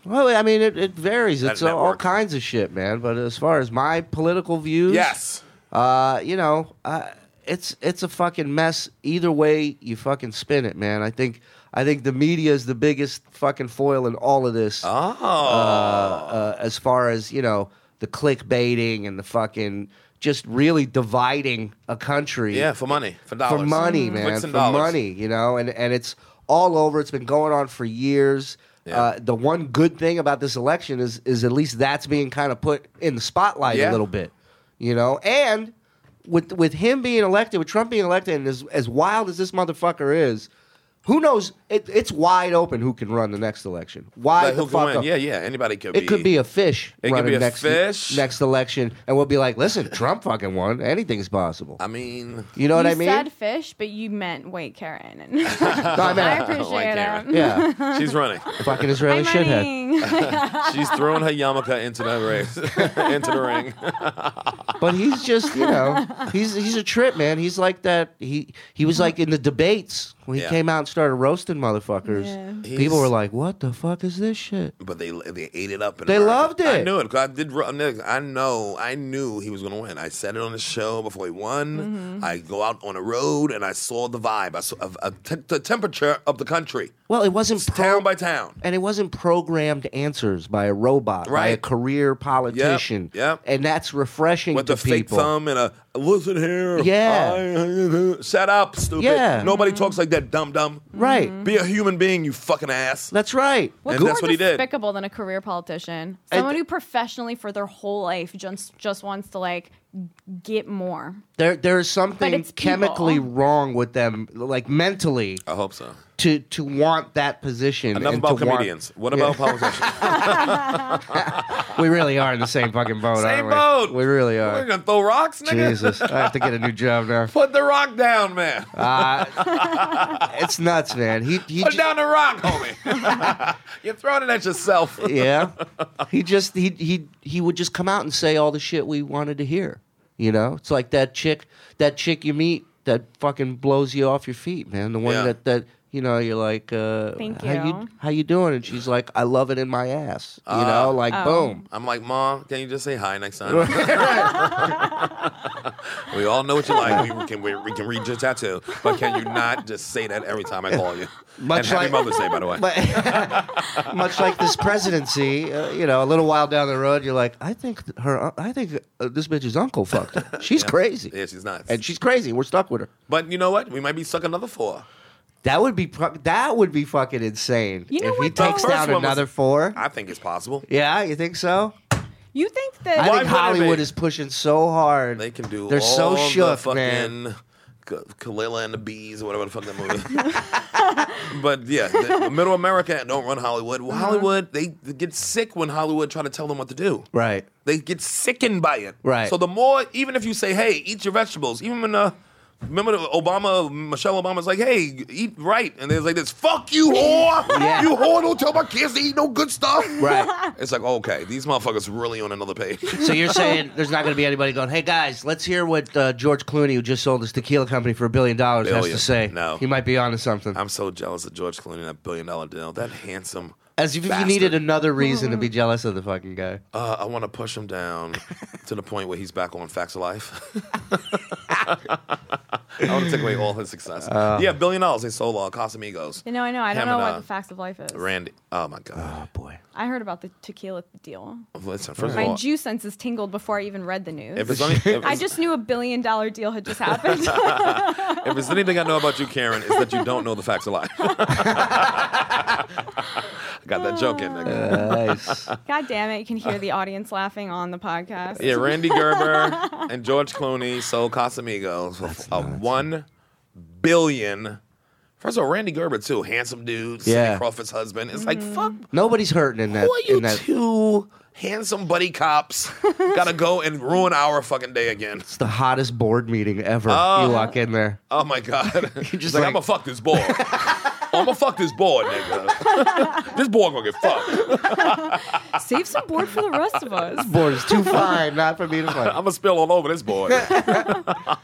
Speaker 3: Well, I mean, it, it varies. It's all, all
Speaker 2: network.
Speaker 3: kinds of shit, man. But as far as my political views,
Speaker 2: Yes.
Speaker 3: uh, you know, uh, it's it's a fucking mess. Either way you fucking spin it, man. I think I think the media is the biggest fucking foil in all of this.
Speaker 2: Oh.
Speaker 3: uh, as far as you know, the clickbaiting and the fucking just really dividing a country
Speaker 2: yeah, for money, for dollars,
Speaker 3: for money, man,
Speaker 2: Clicks Mm,
Speaker 3: for
Speaker 2: and dollars.
Speaker 3: money, you know, and and it's all over. It's been going on for years.
Speaker 2: Yeah.
Speaker 3: Uh, the one good thing about this election is is at least that's being kind of put in the spotlight
Speaker 2: Yeah.
Speaker 3: a little bit, you know, and with with him being elected, with Trump being elected, and as as wild as this motherfucker is. Who knows? It, it's wide open who can run the next election. Wide
Speaker 2: Like,
Speaker 3: the
Speaker 2: who
Speaker 3: fuck
Speaker 2: can win?
Speaker 3: up.
Speaker 2: Yeah, yeah. Anybody could.
Speaker 3: It could be a fish.
Speaker 2: It could
Speaker 3: running
Speaker 2: be a
Speaker 3: next,
Speaker 2: fish.
Speaker 3: Next election, and we'll be like,
Speaker 2: [LAUGHS]
Speaker 3: listen, Trump fucking won. Anything's possible.
Speaker 2: I mean,
Speaker 3: You know what
Speaker 5: you
Speaker 3: I mean?
Speaker 5: said fish, but you meant white Karen. [LAUGHS] And
Speaker 3: No, I
Speaker 5: I
Speaker 3: meant-
Speaker 5: appreciate
Speaker 2: White Karen.
Speaker 5: it.
Speaker 3: [LAUGHS] yeah,
Speaker 2: she's running.
Speaker 3: fucking Israeli
Speaker 5: I'm
Speaker 3: shithead.
Speaker 5: winning.
Speaker 2: she's throwing her yarmulke into the race, [LAUGHS] into the ring.
Speaker 3: But he's just,
Speaker 5: [LAUGHS]
Speaker 3: you know, he's he's a trip, man. He's like that. He he was like in the debates when he
Speaker 2: Yeah.
Speaker 3: came out and started roasting motherfuckers.
Speaker 5: Yeah.
Speaker 3: People
Speaker 2: He's-
Speaker 3: were like, "What the fuck is this shit?"
Speaker 2: But they they ate it up. In
Speaker 3: They
Speaker 2: America.
Speaker 3: loved
Speaker 2: I
Speaker 3: it.
Speaker 2: knew it. 'cause I did. ru- I know. I knew he was going to win. I said it on the show before he won.
Speaker 3: Mm-hmm.
Speaker 2: I go out on the road and I saw the vibe. I saw of of te- the temperature of the country,
Speaker 3: Well, it wasn't pro-
Speaker 2: town by town.
Speaker 3: and it wasn't programmed answers by a robot, by a
Speaker 2: Right.
Speaker 3: career politician.
Speaker 2: yep.
Speaker 3: And that's refreshing
Speaker 2: With
Speaker 3: to
Speaker 2: the fake
Speaker 3: people.
Speaker 2: thumb and a listen here.
Speaker 3: Yeah.
Speaker 2: I- shut up, stupid.
Speaker 3: Yeah. Mm-hmm.
Speaker 2: Nobody talks like that, dumb dumb.
Speaker 3: Right.
Speaker 2: Be a human being, you fucking ass.
Speaker 3: That's right.
Speaker 5: What's
Speaker 2: And that's
Speaker 5: more
Speaker 2: what he did.
Speaker 5: despicable than a career politician? Someone who professionally for their whole life just just wants to like get more.
Speaker 3: There, there is
Speaker 5: But
Speaker 3: something
Speaker 5: it's people.
Speaker 3: chemically wrong with them, like mentally,
Speaker 2: I hope so.
Speaker 3: to to want that position.
Speaker 2: Enough
Speaker 3: and
Speaker 2: about
Speaker 3: to want-
Speaker 2: comedians. What about politicians?
Speaker 3: [LAUGHS] we really are in the same fucking boat.
Speaker 2: Same
Speaker 3: aren't we?
Speaker 2: boat.
Speaker 3: We really are.
Speaker 2: We're gonna throw rocks, nigga.
Speaker 3: Jesus, I have to get a new
Speaker 2: [LAUGHS]
Speaker 3: job now. Uh,
Speaker 2: Put the rock down, man.
Speaker 3: It's nuts, man. He, he
Speaker 2: Put
Speaker 3: ju-
Speaker 2: down the rock, homie.
Speaker 3: [LAUGHS]
Speaker 2: [LAUGHS] You're throwing it at yourself.
Speaker 3: yeah. He just he he he would just come out and say all the shit we wanted to hear. You know, it's like that chick that chick you meet that fucking blows you off your feet, man. The one
Speaker 2: Yeah.
Speaker 3: that that you know you're like, uh,
Speaker 5: Thank
Speaker 3: how
Speaker 5: you.
Speaker 3: how you doing? And she's like, I love it in my ass. You
Speaker 2: Ah.
Speaker 3: know, like
Speaker 5: Oh.
Speaker 3: boom.
Speaker 2: I'm like, Mom, can you just say hi next time? [LAUGHS] we all know what you like. We can, we, we can read your tattoo, but can you not just say that every time I call you? and
Speaker 3: Much
Speaker 2: happy
Speaker 3: like-
Speaker 2: Mother's Day, by
Speaker 3: [LAUGHS]
Speaker 2: the way.
Speaker 3: But much like this presidency, uh, you know, a little while down the road, you're like, I think th- her, I think uh, this bitch's uncle fucked her. She's crazy,
Speaker 2: yeah, she's nuts.
Speaker 3: and she's crazy. We're stuck with her.
Speaker 2: but you know what? We might be stuck another four.
Speaker 3: That would be pro- that would be fucking insane.
Speaker 5: You know
Speaker 3: if he
Speaker 5: what, though?
Speaker 3: takes
Speaker 2: The first
Speaker 3: down
Speaker 2: one was-
Speaker 3: another four.
Speaker 2: I think it's possible.
Speaker 3: yeah, you think so?
Speaker 5: You think
Speaker 3: I
Speaker 5: that
Speaker 2: Why
Speaker 3: think
Speaker 2: wouldn't it
Speaker 3: Hollywood
Speaker 2: be?
Speaker 3: is pushing so hard.
Speaker 2: They can do
Speaker 3: They're so
Speaker 2: all the
Speaker 3: shook, man.
Speaker 2: fucking K- Kalila and the Bees or whatever the fuck that movie. [LAUGHS] but yeah, the, Middle America don't run Hollywood.
Speaker 3: Uh-huh.
Speaker 2: Well, Hollywood they get sick when Hollywood try to tell them what to do.
Speaker 3: Right.
Speaker 2: They get sickened by it.
Speaker 3: Right.
Speaker 2: So the more, even if you say, "Hey, eat your vegetables," even when uh, remember the Obama, Michelle Obama's like, "Hey, eat right," and there's like this, "Fuck you, whore!
Speaker 3: [LAUGHS] Yeah.
Speaker 2: You whore! Don't tell my kids to eat no good stuff."
Speaker 5: [LAUGHS]
Speaker 3: Right.
Speaker 2: It's like, okay, these motherfuckers really on another page. [LAUGHS]
Speaker 3: so you're saying there's not going to be anybody going, "Hey guys, let's hear what uh, George Clooney, who just sold his tequila company for a billion dollars, has
Speaker 2: Billion.
Speaker 3: to say."
Speaker 2: No.
Speaker 3: he might be onto something.
Speaker 2: I'm so jealous of George Clooney and that billion dollar deal. That handsome.
Speaker 3: As if
Speaker 2: bastard.
Speaker 3: you needed another
Speaker 5: [LAUGHS]
Speaker 3: reason to be jealous of the fucking guy.
Speaker 2: Uh, I want to push him down to the point where he's back on Facts of Life. [LAUGHS] I want to take away all his success.
Speaker 3: Uh.
Speaker 2: yeah, billion dollars. They sold uh, Casamigos.
Speaker 5: you know, I know, I don't
Speaker 2: Him
Speaker 5: know
Speaker 2: and,
Speaker 5: what
Speaker 2: uh,
Speaker 5: the facts of life is.
Speaker 2: Randy. Oh my God.
Speaker 3: boy.
Speaker 5: I heard about the tequila deal.
Speaker 3: Uh.
Speaker 2: Listen, first of
Speaker 5: My
Speaker 2: all,
Speaker 5: juice senses tingled before I even read the news.
Speaker 2: if it's, only, if,
Speaker 5: [LAUGHS] I
Speaker 2: it's,
Speaker 5: just knew a billion dollar deal had
Speaker 3: [LAUGHS]
Speaker 5: just happened.
Speaker 2: if it's anything I know about you, Karen, is that you don't know the facts of life. [LAUGHS] I got that joke in
Speaker 3: Uh.
Speaker 2: there. [LAUGHS]
Speaker 3: Nice.
Speaker 5: God damn it! You can hear the audience laughing on the podcast.
Speaker 3: [LAUGHS]
Speaker 2: Yeah, Randy Gerber and George Clooney sold Casamigos for uh, one billion. First of all, Randy Gerber too, handsome dude, Cindy
Speaker 3: Yeah.
Speaker 2: Crawford's husband. It's like fuck,
Speaker 3: Nobody's hurting in that.
Speaker 2: who are you
Speaker 3: in that.
Speaker 2: two handsome buddy
Speaker 3: [LAUGHS]
Speaker 2: cops? Gotta go and ruin our fucking day again.
Speaker 3: It's the hottest board meeting ever. you walk in there.
Speaker 2: Oh my
Speaker 3: [LAUGHS]
Speaker 2: god! He's
Speaker 3: just
Speaker 2: like,
Speaker 3: like-
Speaker 2: I'm gonna fuck this board. I'm gonna fuck this board, nigga. this board gonna get fucked.
Speaker 5: Save some board for the rest
Speaker 2: [LAUGHS]
Speaker 5: of us.
Speaker 3: Board is too fine, not for me to play.
Speaker 2: I'm gonna spill all over this [LAUGHS] board. yeah,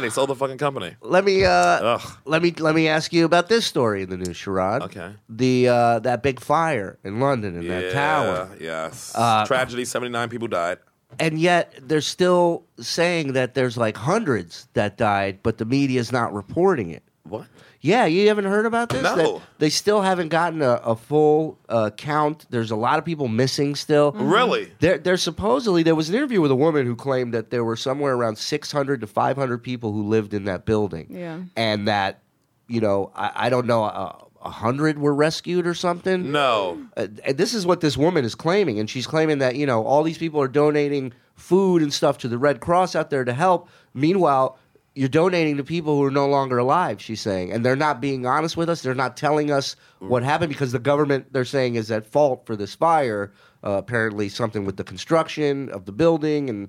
Speaker 2: they sold the fucking company.
Speaker 3: [LAUGHS] Let me uh,
Speaker 2: Ugh.
Speaker 3: let me let me ask you about this story in the news, Sherrod.
Speaker 2: Okay.
Speaker 3: The uh, that big fire in London in that tower,
Speaker 2: Yes. Tragedy, 79 people died.
Speaker 3: and yet they're still saying that there's like hundreds that died, but the media's not reporting it.
Speaker 2: What?
Speaker 3: Yeah, you haven't heard about this?
Speaker 2: No.
Speaker 3: That they still haven't gotten a, a full uh, count. There's a lot of people missing still.
Speaker 2: Really?
Speaker 3: There, there supposedly there was an interview with a woman who claimed that there were somewhere around 600 to 500 people who lived in that building.
Speaker 5: Yeah.
Speaker 3: and that you know I, I don't know a, a hundred were rescued or something.
Speaker 2: No.
Speaker 3: Uh, and this is what this woman is claiming, and she's claiming that you know all these people are donating food and stuff to the Red Cross out there to help. Meanwhile. You're donating to people who are no longer alive, she's saying, and they're not being honest with us. They're not telling us what
Speaker 5: Mm.
Speaker 3: happened because the government they're saying is at fault for this fire. Uh, apparently, something with the construction of the building, and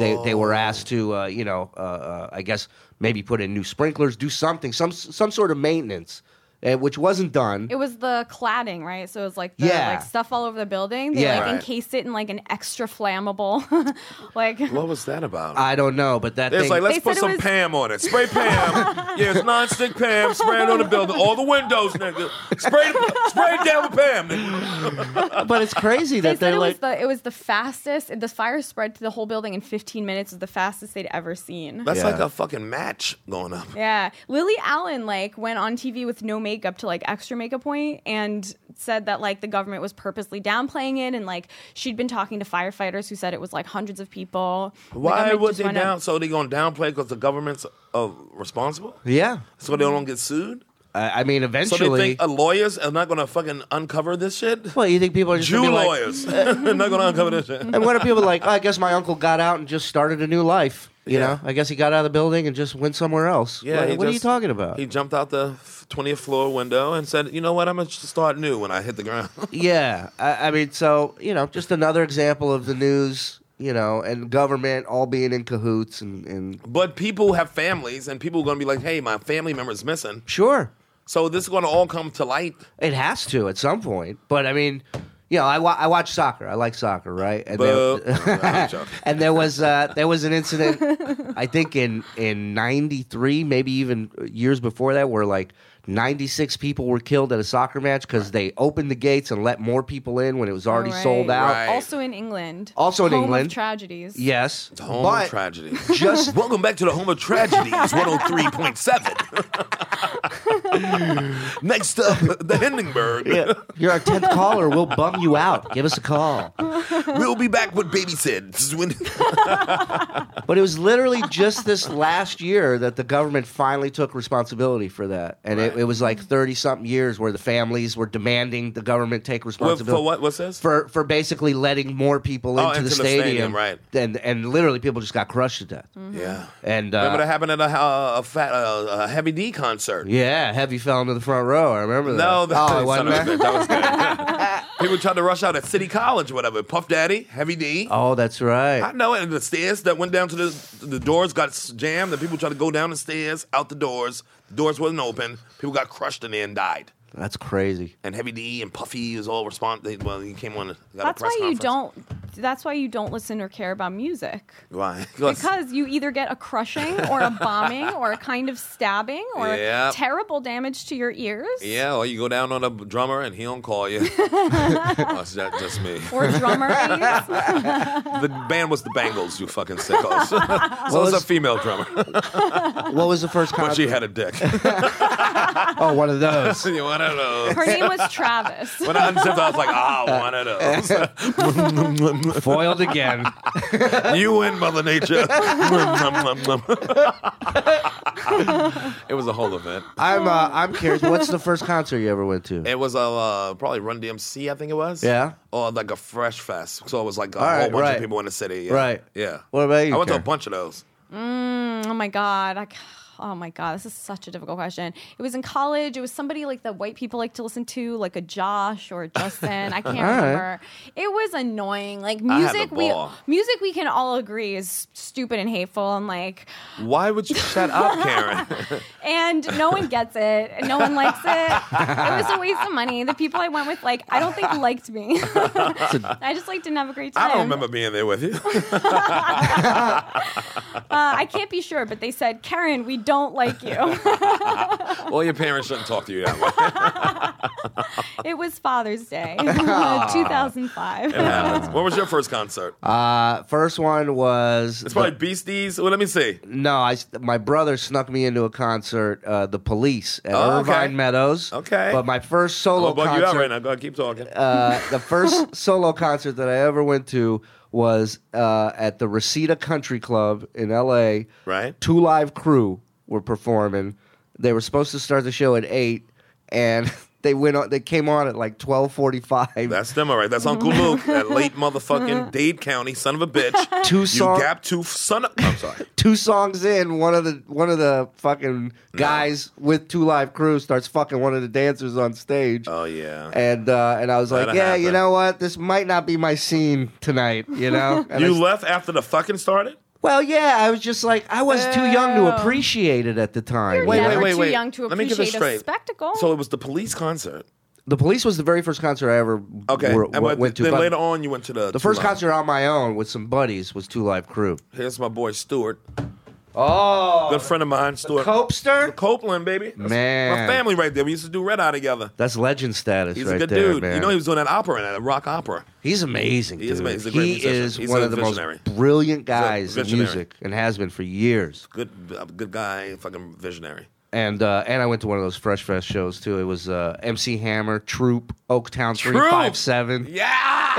Speaker 3: they they were
Speaker 5: Oh.
Speaker 3: asked to, uh, you know, uh, uh, I guess maybe put in new sprinklers, do something, some some sort of maintenance, uh, which wasn't done.
Speaker 5: It was the cladding, right? So it was like the
Speaker 3: Yeah.
Speaker 5: like stuff all over the building. They
Speaker 3: Yeah.
Speaker 5: like
Speaker 2: Right.
Speaker 5: encased it in like an extra flammable, [LAUGHS] like
Speaker 2: What was that about?
Speaker 3: I don't know, but that
Speaker 2: It's
Speaker 3: thing.
Speaker 2: like, let's
Speaker 5: They
Speaker 2: put
Speaker 5: said it
Speaker 2: some
Speaker 5: was-
Speaker 2: Pam on it. Spray
Speaker 5: [LAUGHS]
Speaker 2: Pam. yeah, it's nonstick Pam. Spray it on the building. All the windows, nigga. Spray, spray it down with Pam, nigga.
Speaker 3: but it's crazy
Speaker 5: They
Speaker 3: that
Speaker 5: said
Speaker 3: they're
Speaker 5: it was
Speaker 3: like,
Speaker 5: the it was the fastest. The fire spread to the whole building in 15 minutes. Was the fastest they'd ever seen.
Speaker 2: That's
Speaker 3: Yeah.
Speaker 2: like a fucking match going up.
Speaker 5: yeah, Lily Allen like went on TV with no makeup to like extra makeup point and said that like the government was purposely downplaying it and like she'd been talking to firefighters who said it was like hundreds of people. The
Speaker 2: Why
Speaker 5: government
Speaker 2: would
Speaker 5: just
Speaker 2: they
Speaker 5: went up-
Speaker 2: down? So they gonna downplay because the government's uh, responsible?
Speaker 3: yeah.
Speaker 2: So they don't get sued?
Speaker 3: I I mean,
Speaker 2: So they
Speaker 3: eventually.
Speaker 2: think uh, lawyers are not going to fucking uncover this shit?
Speaker 3: well, you think people are just
Speaker 2: Jew
Speaker 3: gonna be like,
Speaker 2: lawyers. [LAUGHS] They're not going to uncover this shit.
Speaker 3: And what are people like? "Oh, I guess my uncle got out and just started a new life. You
Speaker 2: Yeah.
Speaker 3: know, I guess he got out of the building and just went somewhere else. Like,
Speaker 2: he
Speaker 3: what are you
Speaker 2: just-
Speaker 3: talking about?
Speaker 2: He jumped out the f- 20th floor window and said, "You know what? I'm gonna just start new when I hit the ground." [LAUGHS]
Speaker 3: yeah, I, I mean, so you know, just another example of the news, you know, and government all being in cahoots and, and
Speaker 2: but people have families, and people are gonna be like, "Hey, my family member's missing."
Speaker 3: sure,
Speaker 2: So this is gonna all come to light.
Speaker 3: it has to at some point. But I mean, you know, I, wa- I watch soccer. I like soccer, right? And [LAUGHS]
Speaker 2: Boo.
Speaker 3: there-
Speaker 2: I'm joking.
Speaker 3: and there was uh, there was an incident I think in in 93 maybe even years before that where like 96 people were killed at a soccer match cuz they opened the gates and let more people in when it was already
Speaker 5: Right.
Speaker 3: sold out.
Speaker 2: Right.
Speaker 5: Also in England.
Speaker 3: Also in
Speaker 5: Home
Speaker 3: England.
Speaker 5: Of tragedies.
Speaker 3: Yes.
Speaker 2: Home
Speaker 3: but
Speaker 2: of tragedy.
Speaker 3: just
Speaker 2: Welcome back to the home of tragedies, 103.7. [LAUGHS] Next up, the Hindenburg.
Speaker 3: [LAUGHS] you're our 10th caller, we'll bum you out. Give us a call.
Speaker 2: [LAUGHS] We'll be back with Baby Sid. This is when-
Speaker 3: [LAUGHS] But it was literally just this last year that the government finally took responsibility for that. And it, it was like 30 something years where the families were demanding the government take
Speaker 2: Well,
Speaker 3: responsibility.
Speaker 2: for what? What's this?
Speaker 3: for for basically letting more people
Speaker 2: Oh,
Speaker 3: into, the,
Speaker 2: into the
Speaker 3: stadium,
Speaker 2: stadium, right.
Speaker 3: And and literally people just got crushed to death.
Speaker 2: yeah.
Speaker 3: And uh,
Speaker 2: Remember that happened at a, uh, a, fat, uh, a heavy D concert.
Speaker 3: yeah, heavy fell into the front row. I remember that.
Speaker 2: No, that,
Speaker 3: oh, it wasn't
Speaker 2: [LAUGHS] son of a
Speaker 3: there?
Speaker 2: bitch, that was
Speaker 5: [LAUGHS]
Speaker 2: good. People tried to rush out at City College, or whatever. Puff Daddy, Heavy D. I
Speaker 3: [LAUGHS] Oh, that's right.
Speaker 2: know, and the stairs that went down to the the doors got s- jammed, and people tried to go down the stairs, out the doors. The doors wasn't open. People got crushed in there and didied.
Speaker 3: That's crazy.
Speaker 2: And Heavy D and Puffy is all respond. They, well, he came on. and Got
Speaker 5: That's
Speaker 2: a press
Speaker 5: why you
Speaker 2: conference.
Speaker 5: don't. That's why you don't listen or care about music.
Speaker 2: Why?
Speaker 5: [LAUGHS] Because you either get a crushing or a bombing or a kind of stabbing or
Speaker 2: Yep.
Speaker 5: terrible damage to your ears.
Speaker 2: [LAUGHS] yeah, or you go down on a drummer and he don't call
Speaker 5: [LAUGHS]
Speaker 2: you. [LAUGHS] That's not just me.
Speaker 5: Or
Speaker 2: [LAUGHS]
Speaker 5: drummer ears.
Speaker 2: The band was the Bangles, you fucking
Speaker 5: [LAUGHS]
Speaker 2: sickos. [LAUGHS] so it was a
Speaker 3: was-
Speaker 2: female drummer,
Speaker 3: What was the first
Speaker 2: [LAUGHS] but she
Speaker 3: concert?
Speaker 2: had a dick.
Speaker 3: Oh, one
Speaker 2: [LAUGHS]
Speaker 3: of those.
Speaker 2: you one of those.
Speaker 5: Her name was Travis.
Speaker 2: When I unzipped, I was like, ah, one of those.
Speaker 3: Foiled again.
Speaker 2: you win, Mother Nature. it [LAUGHS] was a whole event.
Speaker 3: I'm uh, I'm curious. What's the first concert you ever went to?
Speaker 2: It was a uh, probably Run DMC, I think it was.
Speaker 3: Yeah.
Speaker 2: Or like a Fresh Fest. So it was like a
Speaker 3: All right,
Speaker 2: whole bunch
Speaker 3: right.
Speaker 2: of people in the city. Yeah.
Speaker 3: Right.
Speaker 2: Yeah.
Speaker 3: What about you,
Speaker 2: I went to a
Speaker 3: Karen?
Speaker 2: bunch of those.
Speaker 5: Oh my god. I, oh my god. This is such a difficult question. It was in college. It was somebody like the white people like to listen to, like a Josh or a Justin.
Speaker 2: [LAUGHS]
Speaker 5: I can't
Speaker 3: right.
Speaker 5: remember. It was annoying. Like
Speaker 2: I had the
Speaker 5: music, we
Speaker 2: ball.
Speaker 5: music we can all agree is stupid and hateful and like.
Speaker 2: Why would you shut up, Karen?
Speaker 5: and no one gets it. and No one likes it. It was a waste of money. The people I went with, like, I don't think liked me. [LAUGHS] I just like didn't have a great time.
Speaker 2: I don't remember being there with you.
Speaker 5: Uh, I can't be sure, but they said, Karen, we don't like you.
Speaker 2: [LAUGHS] well, your parents shouldn't talk to you that way.
Speaker 5: it was Father's
Speaker 3: [LAUGHS]
Speaker 5: Day, [LAUGHS] uh, 2005.
Speaker 2: It happens. What was your first concert?
Speaker 3: Uh, first one was
Speaker 2: it's probably Beasties. Well, let me see.
Speaker 3: no. I s- my brother snuck me into a concert. Uh, the Police at
Speaker 2: Oh, okay.
Speaker 3: Irvine Meadows.
Speaker 2: Okay.
Speaker 3: But my first solo
Speaker 2: I'll bug
Speaker 3: concert.
Speaker 2: you out right now. Go ahead, keep talking.
Speaker 3: [LAUGHS] uh,
Speaker 2: [LAUGHS]
Speaker 3: the first solo concert that I ever went to was uh, at the Reseda Country Club in L.A.
Speaker 2: Right.
Speaker 3: Two Live Crew were performing. They were supposed to start the show at eight, and [LAUGHS] they went on. They came on at like twelve forty-five.
Speaker 2: That's them, all right. That's
Speaker 3: [LAUGHS]
Speaker 2: Uncle Luke, that late motherfucking Dade County son of a bitch.
Speaker 3: [LAUGHS] Two
Speaker 2: You
Speaker 3: song-
Speaker 2: gap tooth son of. I'm sorry.
Speaker 3: Two songs in, one of the one of the fucking guys with Two Live Crew starts fucking one of the dancers on stage.
Speaker 2: Oh yeah.
Speaker 3: And uh, and I was like,
Speaker 2: That'll
Speaker 3: yeah, you
Speaker 2: happen.
Speaker 3: know what? This might not be my scene tonight, you know.
Speaker 2: [LAUGHS]
Speaker 3: And I
Speaker 2: you left after the fucking started.
Speaker 3: Well, yeah, I was just like I was too young
Speaker 5: Oh.
Speaker 3: to appreciate it at the time.
Speaker 5: Wait,
Speaker 3: you know?
Speaker 5: never wait, wait. too young to appreciate a spectacle.
Speaker 3: Oh.
Speaker 2: So it was the police concert.
Speaker 3: The Police was the very first concert I ever
Speaker 2: Okay.
Speaker 3: were-
Speaker 2: and but
Speaker 3: went to.
Speaker 2: then
Speaker 3: but
Speaker 2: later on, you went to the
Speaker 3: the first concert on my own with some buddies was Two Live Crew.
Speaker 2: Here's my boy Stuart,
Speaker 3: Oh,
Speaker 2: good friend of mine. Stuart
Speaker 3: Copester,
Speaker 2: Copeland, baby. That's
Speaker 3: Man.
Speaker 2: my family right there. We used to do Red Eye together.
Speaker 3: that's legend status.
Speaker 2: He's
Speaker 3: right
Speaker 2: a good
Speaker 3: there,
Speaker 2: dude.
Speaker 3: Man.
Speaker 2: You know he was doing that opera, that rock opera.
Speaker 3: he's amazing.
Speaker 2: He is
Speaker 3: dude.
Speaker 2: amazing. He's a great
Speaker 3: he
Speaker 2: musician.
Speaker 3: is
Speaker 2: He's
Speaker 3: one
Speaker 2: a
Speaker 3: of the
Speaker 2: visionary.
Speaker 3: most brilliant guys in
Speaker 2: visionary.
Speaker 3: music and has been for years. [LAUGHS]
Speaker 2: Good, uh, good guy, fucking visionary.
Speaker 3: And uh, and I went to one of those Fresh Fest shows too. It was uh, MC Hammer, Troop, Oaktown
Speaker 2: Troop!
Speaker 3: three five seven,
Speaker 2: Yeah.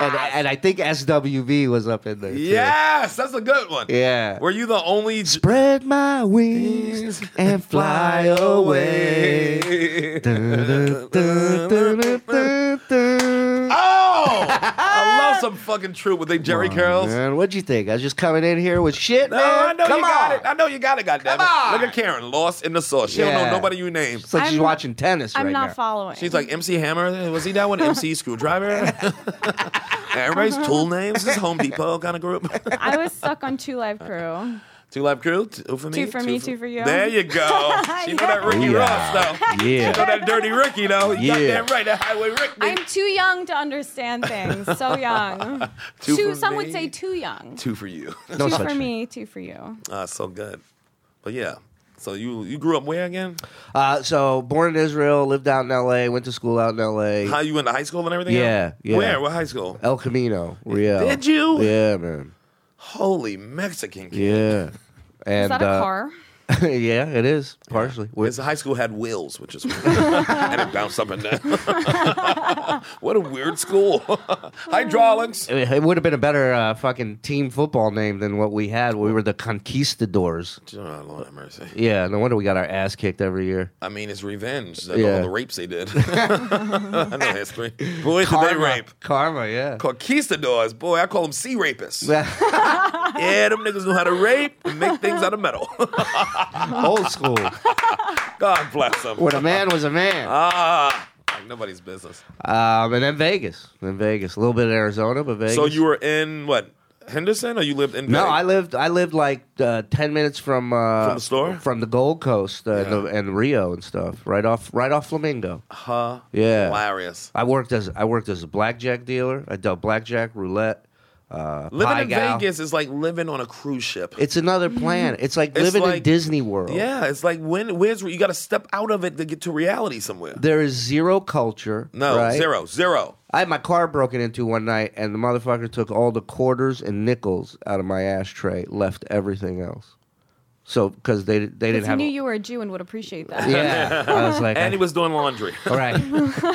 Speaker 3: and and I think SWV was up in there. too.
Speaker 2: yes, that's a good one.
Speaker 3: yeah.
Speaker 2: Were you the only? j-
Speaker 3: Spread my wings and fly away. Dun, dun, dun, dun, dun, dun.
Speaker 2: Oh, I
Speaker 3: [LAUGHS]
Speaker 2: love some fucking truth with they Jerry Curls.
Speaker 3: Oh, Man, what'd you think? I was just coming in here with shit,
Speaker 2: No,
Speaker 3: man.
Speaker 2: I know
Speaker 3: Come
Speaker 2: you
Speaker 3: on.
Speaker 2: got it. I know you got it. Goddamn it!
Speaker 3: on.
Speaker 2: Look at Karen, lost in the sauce. She don't
Speaker 3: Yeah.
Speaker 2: know nobody you name.
Speaker 3: It's like she's
Speaker 5: I'm-
Speaker 3: watching tennis
Speaker 5: I'm
Speaker 3: right
Speaker 5: not
Speaker 3: now.
Speaker 5: following.
Speaker 2: She's like MC Hammer. Was he that one? MC
Speaker 3: [LAUGHS]
Speaker 2: Screwdriver. [LAUGHS] Everybody's tool names. This is Home Depot kind of group. [LAUGHS]
Speaker 5: I was stuck on Two Live Crew.
Speaker 2: two Live Crew. Two for me.
Speaker 5: Two for me, two for you.
Speaker 2: There you
Speaker 5: [LAUGHS]
Speaker 2: go. She know that Ricky
Speaker 3: Yeah.
Speaker 2: Ross though. She know
Speaker 3: [LAUGHS] Yeah.
Speaker 2: that dirty Ricky though. You
Speaker 3: Yeah.
Speaker 2: Goddamn right. That Highway Rick.
Speaker 5: I'm
Speaker 2: nigga.
Speaker 5: too young to understand things.
Speaker 2: [LAUGHS]
Speaker 5: So young.
Speaker 2: Two
Speaker 5: Too-
Speaker 2: for
Speaker 5: some would
Speaker 2: me.
Speaker 5: say too young.
Speaker 2: two for you.
Speaker 3: No
Speaker 5: two
Speaker 3: such
Speaker 5: for
Speaker 3: thing.
Speaker 5: me, two for you.
Speaker 2: Ah, so good. But yeah. So you you grew up where again?
Speaker 3: Uh, so born in Israel, lived out in L.A., went to school out in L.A.
Speaker 2: How you went to high school and everything?
Speaker 3: Yeah,
Speaker 2: else?
Speaker 3: yeah.
Speaker 2: Where? What high school?
Speaker 3: El Camino, Rio.
Speaker 2: Did you?
Speaker 3: Yeah, man.
Speaker 2: Holy Mexican kid.
Speaker 3: Yeah. And,
Speaker 5: Is that a
Speaker 3: uh,
Speaker 5: car?
Speaker 3: [LAUGHS] yeah, it is partially. We're-
Speaker 2: His high school had wheels, which is weird. [LAUGHS] and it bounced up and down. [LAUGHS] what a weird school. [LAUGHS] Hydraulics.
Speaker 3: It it would have been a better uh, fucking team football name than what we had. We were the Conquistadors.
Speaker 2: Oh, Lord have mercy.
Speaker 3: Yeah, no wonder we got our ass kicked every year.
Speaker 2: I mean, it's revenge. That's
Speaker 3: Yeah.
Speaker 2: All the rapes they did. [LAUGHS] I know history. Boys, did [LAUGHS] they rape.
Speaker 3: Karma, yeah.
Speaker 2: Conquistadors, boy, I call them sea rapists. yeah, them niggas know how to rape and make things out of metal.
Speaker 3: [LAUGHS]
Speaker 2: [LAUGHS]
Speaker 3: Old school.
Speaker 2: God bless them.
Speaker 3: When a man was a man.
Speaker 2: [LAUGHS] Ah, like nobody's business.
Speaker 3: Um, and then Vegas. Then Vegas. A little bit in Arizona, but Vegas.
Speaker 2: So you were in what Henderson, or you lived in?
Speaker 3: No,
Speaker 2: Valley?
Speaker 3: I lived. I lived like uh, ten minutes from uh,
Speaker 2: From the store?
Speaker 3: from the Gold Coast uh, and,
Speaker 2: Yeah.
Speaker 3: the- and Rio and stuff. Right off, right off
Speaker 2: [SIGHS]
Speaker 3: Flamingo.
Speaker 2: Huh?
Speaker 3: Yeah.
Speaker 2: Hilarious.
Speaker 3: I worked as I worked as a blackjack dealer. I dealt blackjack, roulette. Uh,
Speaker 2: Living
Speaker 3: pie
Speaker 2: in
Speaker 3: gal.
Speaker 2: Vegas is like living on a cruise ship.
Speaker 3: It's another planet. It's like
Speaker 2: It's
Speaker 3: living
Speaker 2: like-
Speaker 3: in Disney World.
Speaker 2: yeah, it's like when where's you got to step out of it to get to reality somewhere.
Speaker 3: There is zero culture.
Speaker 2: no,
Speaker 3: right?
Speaker 2: zero, zero.
Speaker 3: I had my car broken into one night, and the motherfucker took all the quarters and nickels out of my ashtray, left everything else. So, because they they didn't
Speaker 5: Because he
Speaker 3: have.
Speaker 5: knew
Speaker 3: a-
Speaker 5: you were a Jew and would appreciate that.
Speaker 3: yeah, I was like,
Speaker 2: [LAUGHS] And he was doing laundry.
Speaker 3: all right.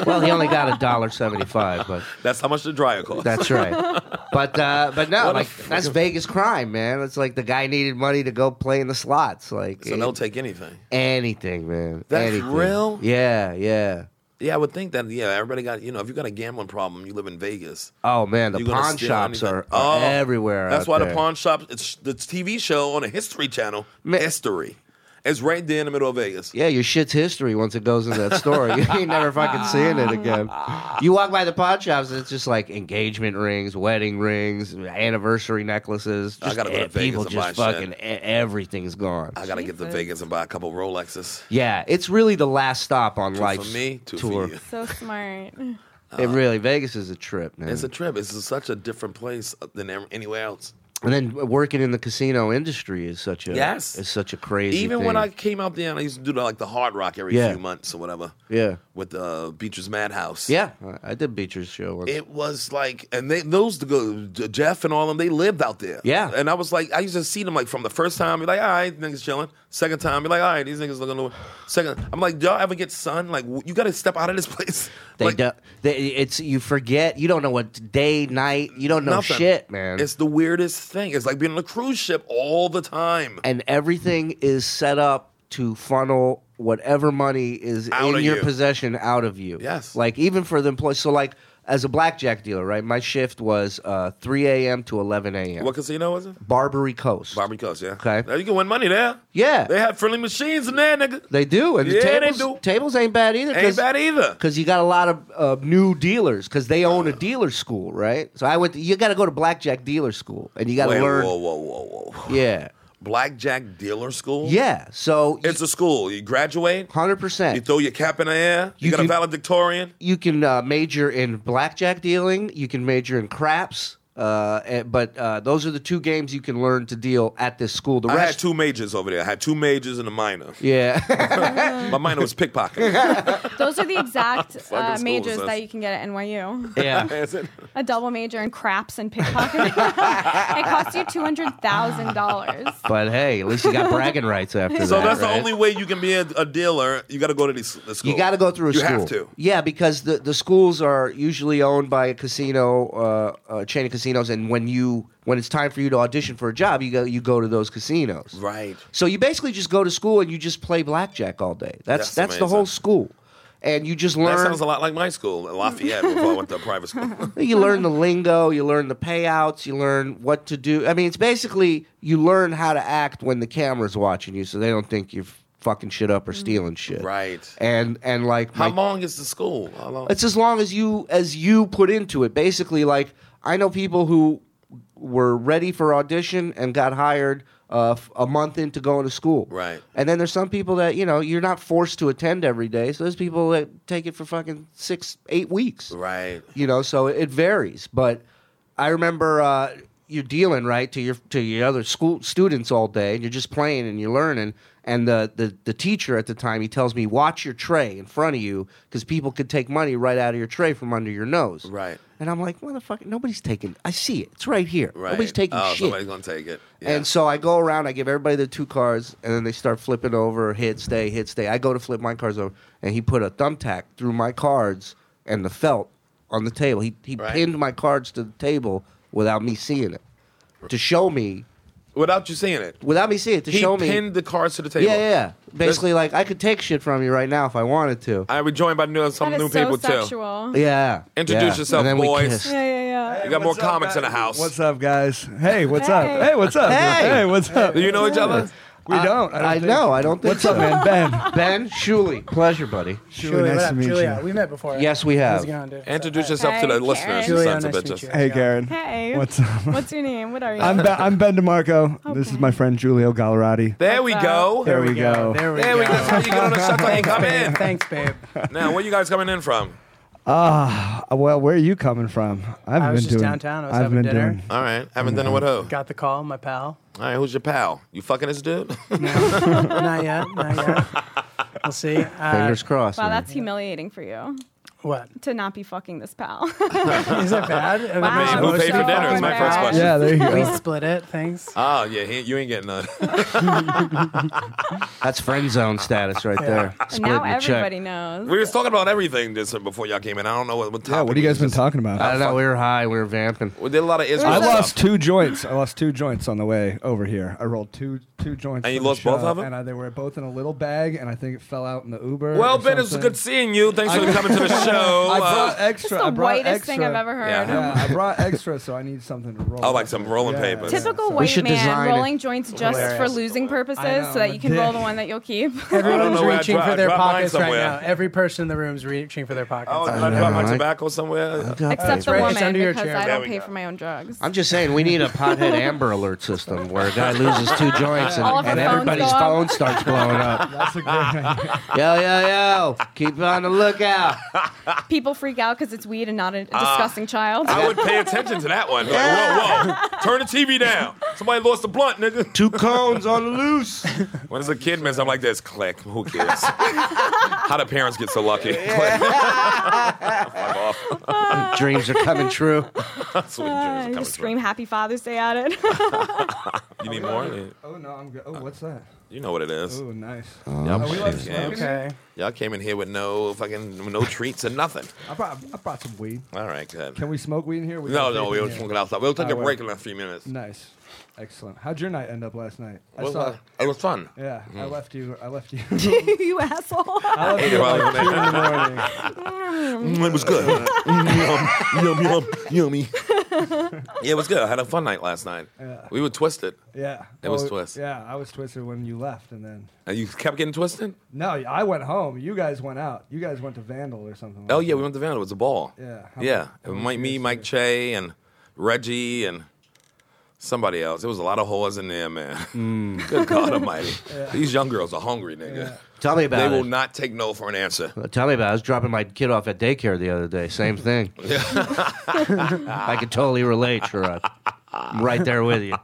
Speaker 3: Well, he only got a dollar seventy-five, but
Speaker 2: That's how much the dryer cost.
Speaker 3: that's right. But uh, but no,
Speaker 2: What a
Speaker 3: like
Speaker 2: fucking-
Speaker 3: that's Vegas crime, man. It's like the guy needed money to go play in the slots,
Speaker 2: [LAUGHS]
Speaker 3: like
Speaker 2: so they'll take anything.
Speaker 3: anything, man.
Speaker 2: That's
Speaker 3: anything.
Speaker 2: real?
Speaker 3: Yeah, yeah.
Speaker 2: Yeah, I would think that. Yeah, everybody got you know if you got a gambling problem, you live in Vegas.
Speaker 3: Oh man, the
Speaker 2: you gonna
Speaker 3: pawn
Speaker 2: steal
Speaker 3: shops
Speaker 2: anything.
Speaker 3: are, are
Speaker 2: Oh,
Speaker 3: everywhere.
Speaker 2: That's
Speaker 3: out
Speaker 2: why the
Speaker 3: there.
Speaker 2: pawn shop. It's the TV show on a History Channel.
Speaker 3: Ma-
Speaker 2: history. It's right there in the middle of Vegas.
Speaker 3: Yeah, your shit's history once it goes in that store. [LAUGHS] you ain't never fucking seeing it again. You walk by the pawn shops, and it's just like engagement rings, wedding rings, anniversary necklaces.
Speaker 2: I
Speaker 3: Just
Speaker 2: gotta go to
Speaker 3: e-
Speaker 2: Vegas
Speaker 3: People
Speaker 2: and
Speaker 3: just
Speaker 2: buy shit.
Speaker 3: fucking e- everything's gone.
Speaker 2: I gotta get to
Speaker 5: Jesus.
Speaker 2: Vegas and buy a couple Rolexes.
Speaker 3: Yeah, it's really the last stop on
Speaker 2: Two
Speaker 3: life's
Speaker 2: for me, two
Speaker 3: tour.
Speaker 2: for you.
Speaker 5: [LAUGHS] So smart.
Speaker 3: It really Vegas is a trip, man.
Speaker 2: It's a trip. It's such a different place than em- anywhere else.
Speaker 3: and then working in the casino industry is such a
Speaker 2: Yes.
Speaker 3: is such a crazy.
Speaker 2: Even when I
Speaker 3: thing.
Speaker 2: came out there, and I used to do the, like the Hard Rock every
Speaker 3: Yeah.
Speaker 2: few months or whatever.
Speaker 3: yeah
Speaker 2: With the uh, Beatrice Madhouse.
Speaker 3: yeah I- I did Beecher's show once.
Speaker 2: It was like, and they those the go- Jeff and all them, they lived out there.
Speaker 3: Yeah.
Speaker 2: and I was like, I used to see them like from the first time, be like, all right, niggas chilling. Second time, be like, all right, these niggas looking. little- Second, I'm like, y'all ever get sun? Like, w- you got to step out of this [LAUGHS] place.
Speaker 3: They
Speaker 2: like,
Speaker 3: don't. They, it's you forget. You don't know what day, night. You don't know
Speaker 2: nothing.
Speaker 3: shit, man.
Speaker 2: It's the weirdest thing. It's like being on a cruise ship all the time.
Speaker 3: and everything is set up to funnel whatever money is
Speaker 2: Out
Speaker 3: in
Speaker 2: of
Speaker 3: your
Speaker 2: you.
Speaker 3: possession out of you.
Speaker 2: Yes.
Speaker 3: Like even for the employees. So like as a blackjack dealer, right? My shift was uh, 3 a.m. to 11 a.m.
Speaker 2: What casino was it?
Speaker 3: Barbary Coast.
Speaker 2: Barbie Coast, yeah.
Speaker 3: Okay.
Speaker 2: Now you can win money there.
Speaker 3: Yeah.
Speaker 2: They have friendly machines in there, nigga.
Speaker 3: they do, and
Speaker 2: Yeah,
Speaker 3: the
Speaker 2: they
Speaker 3: tables,
Speaker 2: do.
Speaker 3: tables ain't bad either.
Speaker 2: Ain't bad either.
Speaker 3: Because you got a lot of uh, new dealers, because they own
Speaker 2: Uh.
Speaker 3: a dealer school, right? So I went. you got to go to blackjack dealer school, and you got to
Speaker 2: Wait,
Speaker 3: learn.
Speaker 2: whoa, whoa, whoa, whoa.
Speaker 3: Yeah,
Speaker 2: Blackjack dealer school?
Speaker 3: yeah. So
Speaker 2: It's a school. You graduate,
Speaker 3: Hundred
Speaker 2: you
Speaker 3: percent.
Speaker 2: throw your cap in the air, you,
Speaker 3: You
Speaker 2: got a
Speaker 3: can-
Speaker 2: valedictorian.
Speaker 3: You can uh, major in blackjack dealing. You can major in craps. Uh, and- but uh, those are the two games you can learn to deal at this school. The
Speaker 2: I had
Speaker 3: rest,
Speaker 2: two majors over there. I had two majors and a minor.
Speaker 3: yeah,
Speaker 2: My minor was
Speaker 3: [LAUGHS]
Speaker 2: pickpocket.
Speaker 5: Those are
Speaker 2: [LAUGHS]
Speaker 5: the exact uh,
Speaker 2: school
Speaker 5: majors
Speaker 2: says.
Speaker 5: that you can get at NYU.
Speaker 3: yeah.
Speaker 2: Is it?
Speaker 5: A double major in craps and
Speaker 2: [LAUGHS]
Speaker 5: pickpocketing. it costs you two hundred thousand dollars.
Speaker 3: [LAUGHS] But hey, at least you got bragging rights after
Speaker 2: So
Speaker 3: that.
Speaker 2: that's
Speaker 3: right?
Speaker 2: the only way you can be a, a dealer. You got to go to these the school.
Speaker 3: You got to go through a
Speaker 2: you
Speaker 3: school.
Speaker 2: have to.
Speaker 3: Yeah, because the, the schools are usually owned by a casino, uh, a chain of casinos, and when you when it's time for you to audition for a job, you go you go to those casinos.
Speaker 2: Right.
Speaker 3: So you basically just go to school and you just play blackjack all day. That's
Speaker 2: That's
Speaker 3: that's, the whole
Speaker 2: amazing.
Speaker 3: school, and you just
Speaker 2: That
Speaker 3: learn
Speaker 2: sounds a lot like my school, Lafayette, before I went to private
Speaker 3: [LAUGHS]
Speaker 2: school.
Speaker 3: you learn the lingo, you learn the payouts, you learn what to do. I mean, it's basically you learn how to act when the camera's watching you, so they don't think you're fucking shit up or stealing shit.
Speaker 2: Mm. Right.
Speaker 3: And and like
Speaker 2: How
Speaker 3: my-
Speaker 2: long is the school? How long?
Speaker 3: it's as long as you as you put into it. Basically, like I know people who were ready for audition and got hired uh, f- a month into going to school.
Speaker 2: Right.
Speaker 3: And then there's some people that you know you're not forced to attend every day. So there's people that take it for fucking six, eight weeks.
Speaker 2: Right.
Speaker 3: You know, so it varies. But I remember uh, you're dealing right to your to your other school students all day, and you're just playing and you're learning. And the the, the teacher at the time he tells me, watch your tray in front of you because people could take money right out of your tray from under your nose.
Speaker 2: Right.
Speaker 3: And I'm like, motherfucker, nobody's taking. I see it. It's right here.
Speaker 2: Right.
Speaker 3: Nobody's taking
Speaker 2: oh,
Speaker 3: shit.
Speaker 2: somebody's gonna take it. Yeah.
Speaker 3: And so I go around, I give everybody their two cards, and then they start flipping over, hit, stay, hit, stay. I go to flip my cards over, and he put a thumbtack through my cards and the felt on the table. He, he
Speaker 2: Right.
Speaker 3: pinned my cards to the table without me seeing it to show me,
Speaker 2: Without you seeing it,
Speaker 3: without me seeing it, to
Speaker 2: he
Speaker 3: show
Speaker 2: pinned
Speaker 3: me.
Speaker 2: the cards to the table.
Speaker 3: Yeah, yeah, yeah. Basically, like, I could take shit from you right now if I wanted to.
Speaker 2: I rejoined by new some
Speaker 5: That
Speaker 2: new
Speaker 5: is so
Speaker 2: people too.
Speaker 5: sexual.
Speaker 3: yeah.
Speaker 2: Introduce
Speaker 3: yeah.
Speaker 2: yourself,
Speaker 3: And then we
Speaker 2: boys.
Speaker 3: kissed.
Speaker 5: Yeah, yeah, yeah.
Speaker 2: You got more
Speaker 6: What's up,
Speaker 2: comics in the
Speaker 6: guys?
Speaker 2: house.
Speaker 6: What's up, guys? Hey, what's
Speaker 5: Hey.
Speaker 6: up? Hey, what's up?
Speaker 3: Hey.
Speaker 6: what's up?
Speaker 2: Do you know each other?
Speaker 6: We
Speaker 3: I-
Speaker 6: don't. I, don't
Speaker 3: I
Speaker 6: think
Speaker 3: know,
Speaker 6: so.
Speaker 3: I don't think
Speaker 7: [LAUGHS]
Speaker 6: What's up,
Speaker 3: so.
Speaker 6: man? Ben.
Speaker 3: Ben Shuley, pleasure, buddy.
Speaker 6: Julie, nice to meet
Speaker 7: Julia,
Speaker 6: you.
Speaker 7: we met before. right?
Speaker 3: Yes, we
Speaker 7: How's
Speaker 3: have.
Speaker 7: it going, dude?
Speaker 2: Introduce yourself to
Speaker 5: Hey,
Speaker 2: the
Speaker 5: Karen.
Speaker 2: listeners, you
Speaker 7: Julia,
Speaker 2: sons of
Speaker 7: nice to
Speaker 2: bitches.
Speaker 7: meet you.
Speaker 6: Hey, Garen.
Speaker 5: Hey.
Speaker 6: What's up?
Speaker 5: What's your name? What are you?
Speaker 6: I'm, ben, I'm Ben DeMarco. This is my friend Julio Gallerati.
Speaker 2: There we
Speaker 5: What's
Speaker 2: go.
Speaker 5: up?
Speaker 6: There we go.
Speaker 7: There we
Speaker 2: There
Speaker 7: go.
Speaker 2: we go. That's how
Speaker 7: [LAUGHS]
Speaker 2: you get on the shuttle and come in.
Speaker 7: Thanks, babe.
Speaker 2: Now, where you guys coming in from?
Speaker 6: Uh, well, where are you coming from? I've
Speaker 7: I was
Speaker 6: been
Speaker 7: just
Speaker 6: doing.
Speaker 7: downtown. I was
Speaker 6: I've
Speaker 7: having
Speaker 6: been
Speaker 7: dinner.
Speaker 6: doing.
Speaker 2: All right, having dinner with who? All
Speaker 7: Got the call, my pal.
Speaker 2: right, who's your pal? You fucking this
Speaker 3: [LAUGHS]
Speaker 2: dude?
Speaker 7: Not yet. Not yet. [LAUGHS] We'll see. Uh,
Speaker 3: Fingers crossed.
Speaker 5: Wow,
Speaker 3: man.
Speaker 5: that's humiliating for you
Speaker 7: What?
Speaker 5: to not be fucking this pal.
Speaker 7: Is it bad? Am I
Speaker 5: Wow. Who
Speaker 7: supposed to
Speaker 5: paid for
Speaker 7: fuck
Speaker 5: dinner is
Speaker 7: with
Speaker 5: my
Speaker 7: my
Speaker 5: first
Speaker 7: pal?
Speaker 5: question.
Speaker 6: Yeah, there you
Speaker 7: We
Speaker 6: go.
Speaker 7: split it. Thanks.
Speaker 2: oh yeah, he, you ain't getting none.
Speaker 3: That's friend zone status right there.
Speaker 5: and
Speaker 3: Splitting
Speaker 5: now
Speaker 3: the check.
Speaker 5: everybody knows.
Speaker 2: we was talking about everything just before y'all came in. I don't know what, what topic.
Speaker 6: Yeah, what have you guys
Speaker 2: it
Speaker 6: been
Speaker 2: was.
Speaker 6: talking
Speaker 3: I
Speaker 6: about?
Speaker 3: don't know. We were high. We were vamping.
Speaker 2: We did a lot of Israel
Speaker 6: I
Speaker 2: stuff.
Speaker 6: lost two joints. I lost two joints on the way over here. I rolled two two joints.
Speaker 2: And you
Speaker 6: from the
Speaker 2: lost both
Speaker 6: show,
Speaker 2: of 'em?
Speaker 6: And I, they were both in a little bag, and I think it fell out in the Uber.
Speaker 2: Well,
Speaker 6: or
Speaker 2: Ben, it's
Speaker 6: something.
Speaker 2: good seeing you. Thanks for coming to the show.
Speaker 6: [LAUGHS] I
Speaker 2: Uh,
Speaker 6: brought extra.
Speaker 5: It's the
Speaker 6: I brought
Speaker 5: whitest
Speaker 6: extra.
Speaker 5: thing I've ever heard.
Speaker 2: Yeah.
Speaker 6: Yeah, I brought extra, so I need something to roll.
Speaker 2: Oh, like some rolling
Speaker 6: Yeah,
Speaker 2: papers.
Speaker 6: yeah.
Speaker 5: Typical
Speaker 6: So-
Speaker 5: white
Speaker 3: should
Speaker 5: man
Speaker 3: design it.
Speaker 5: rolling joints just for
Speaker 7: Hilarious.
Speaker 5: losing purposes
Speaker 6: I know,
Speaker 5: so that
Speaker 6: I'm
Speaker 5: you
Speaker 6: a
Speaker 5: can roll
Speaker 6: dick.
Speaker 5: the one that you'll
Speaker 6: [LAUGHS]
Speaker 5: keep.
Speaker 2: I
Speaker 7: Everyone's
Speaker 2: don't know where I
Speaker 7: reaching
Speaker 2: dro-
Speaker 7: for their
Speaker 2: dropped mine
Speaker 7: pockets right
Speaker 2: somewhere.
Speaker 7: now. Every person in the room is reaching for their pockets.
Speaker 2: oh, did
Speaker 3: I
Speaker 2: I drop
Speaker 3: know,
Speaker 2: my
Speaker 3: right?
Speaker 2: tobacco somewhere?
Speaker 5: [LAUGHS] Except the
Speaker 7: right. It's
Speaker 5: woman
Speaker 7: under your
Speaker 5: because
Speaker 7: chair.
Speaker 5: I
Speaker 2: There
Speaker 5: don't
Speaker 2: we
Speaker 5: pay
Speaker 2: go.
Speaker 5: for my own drugs.
Speaker 3: I'm just saying, we need a pothead Amber Alert system where a guy loses two joints
Speaker 5: All of
Speaker 3: and,
Speaker 5: our
Speaker 3: and
Speaker 5: phones
Speaker 3: everybody's
Speaker 5: go up.
Speaker 3: phone starts blowing
Speaker 2: [LAUGHS]
Speaker 3: up.
Speaker 6: That's [LAUGHS] a good.
Speaker 3: Yo, yo, yo! Keep on the lookout.
Speaker 5: People freak out because it's weed and not a disgusting child. [LAUGHS]
Speaker 2: I would pay attention to that one. Like, whoa, whoa. Turn the TV down. Somebody lost a blunt, nigga.
Speaker 3: Two cones on the loose.
Speaker 2: When there's a kid miss, I'm like this. Click. Who cares?
Speaker 5: [LAUGHS]
Speaker 2: How do parents get so lucky? Click. [LAUGHS] Fuck off.
Speaker 3: [LAUGHS] Dreams are coming true.
Speaker 2: Sweet
Speaker 5: Uh,
Speaker 2: dreams
Speaker 5: you
Speaker 2: are
Speaker 5: just
Speaker 2: coming
Speaker 5: scream Happy Father's Day at it. [LAUGHS]
Speaker 2: true. You need more?
Speaker 6: Oh no, I'm good. Oh, what's that?
Speaker 2: You know what it is.
Speaker 6: Oh, nice.
Speaker 2: Y'all,
Speaker 6: we
Speaker 2: playing
Speaker 6: left
Speaker 2: games.
Speaker 7: Okay.
Speaker 2: Y'all came in here with no fucking no treats and nothing.
Speaker 6: I brought I brought some weed.
Speaker 2: All right, good.
Speaker 6: Can we smoke weed in here? We
Speaker 2: No,
Speaker 6: got
Speaker 2: no,
Speaker 6: vape
Speaker 2: we
Speaker 6: in
Speaker 2: were
Speaker 6: here.
Speaker 2: smoking outside. We'll take
Speaker 6: Oh,
Speaker 2: a
Speaker 6: wait.
Speaker 2: break in a few minutes.
Speaker 6: Nice, excellent. How'd your night end up last night? I
Speaker 2: Well, hmm.
Speaker 6: saw.
Speaker 2: uh, It was fun.
Speaker 6: Yeah, I left you.
Speaker 2: [LAUGHS]
Speaker 6: I left you.
Speaker 5: you asshole.
Speaker 6: I left you at like two in the morning.
Speaker 2: Mm, It was good. [LAUGHS] Mm, yum, yum, yummy. [LAUGHS] yeah, it was good. I had a fun night last night.
Speaker 6: Yeah.
Speaker 2: We were twisted.
Speaker 6: Yeah, Oh,
Speaker 2: It was twist.
Speaker 6: Yeah, I was twisted when you left, and then
Speaker 2: And you kept getting twisted?
Speaker 6: no, I went home. You guys went out. You guys went to Vandal or something. Like
Speaker 2: Oh, yeah, we went to Vandal. It was a ball.
Speaker 6: Yeah.
Speaker 2: Yeah. It was Mike, me, Mike Che, and Reggie, and somebody else. There was a lot of whores in there, man. [LAUGHS] Good God Almighty. These young girls are hungry, nigga.
Speaker 3: Tell me about
Speaker 2: They
Speaker 3: it.
Speaker 2: will not take no for an answer.
Speaker 3: Tell me about. it. I was dropping my kid off at daycare the other day. Same [LAUGHS] thing. I could totally relate, Sherrod. I'm right there with you.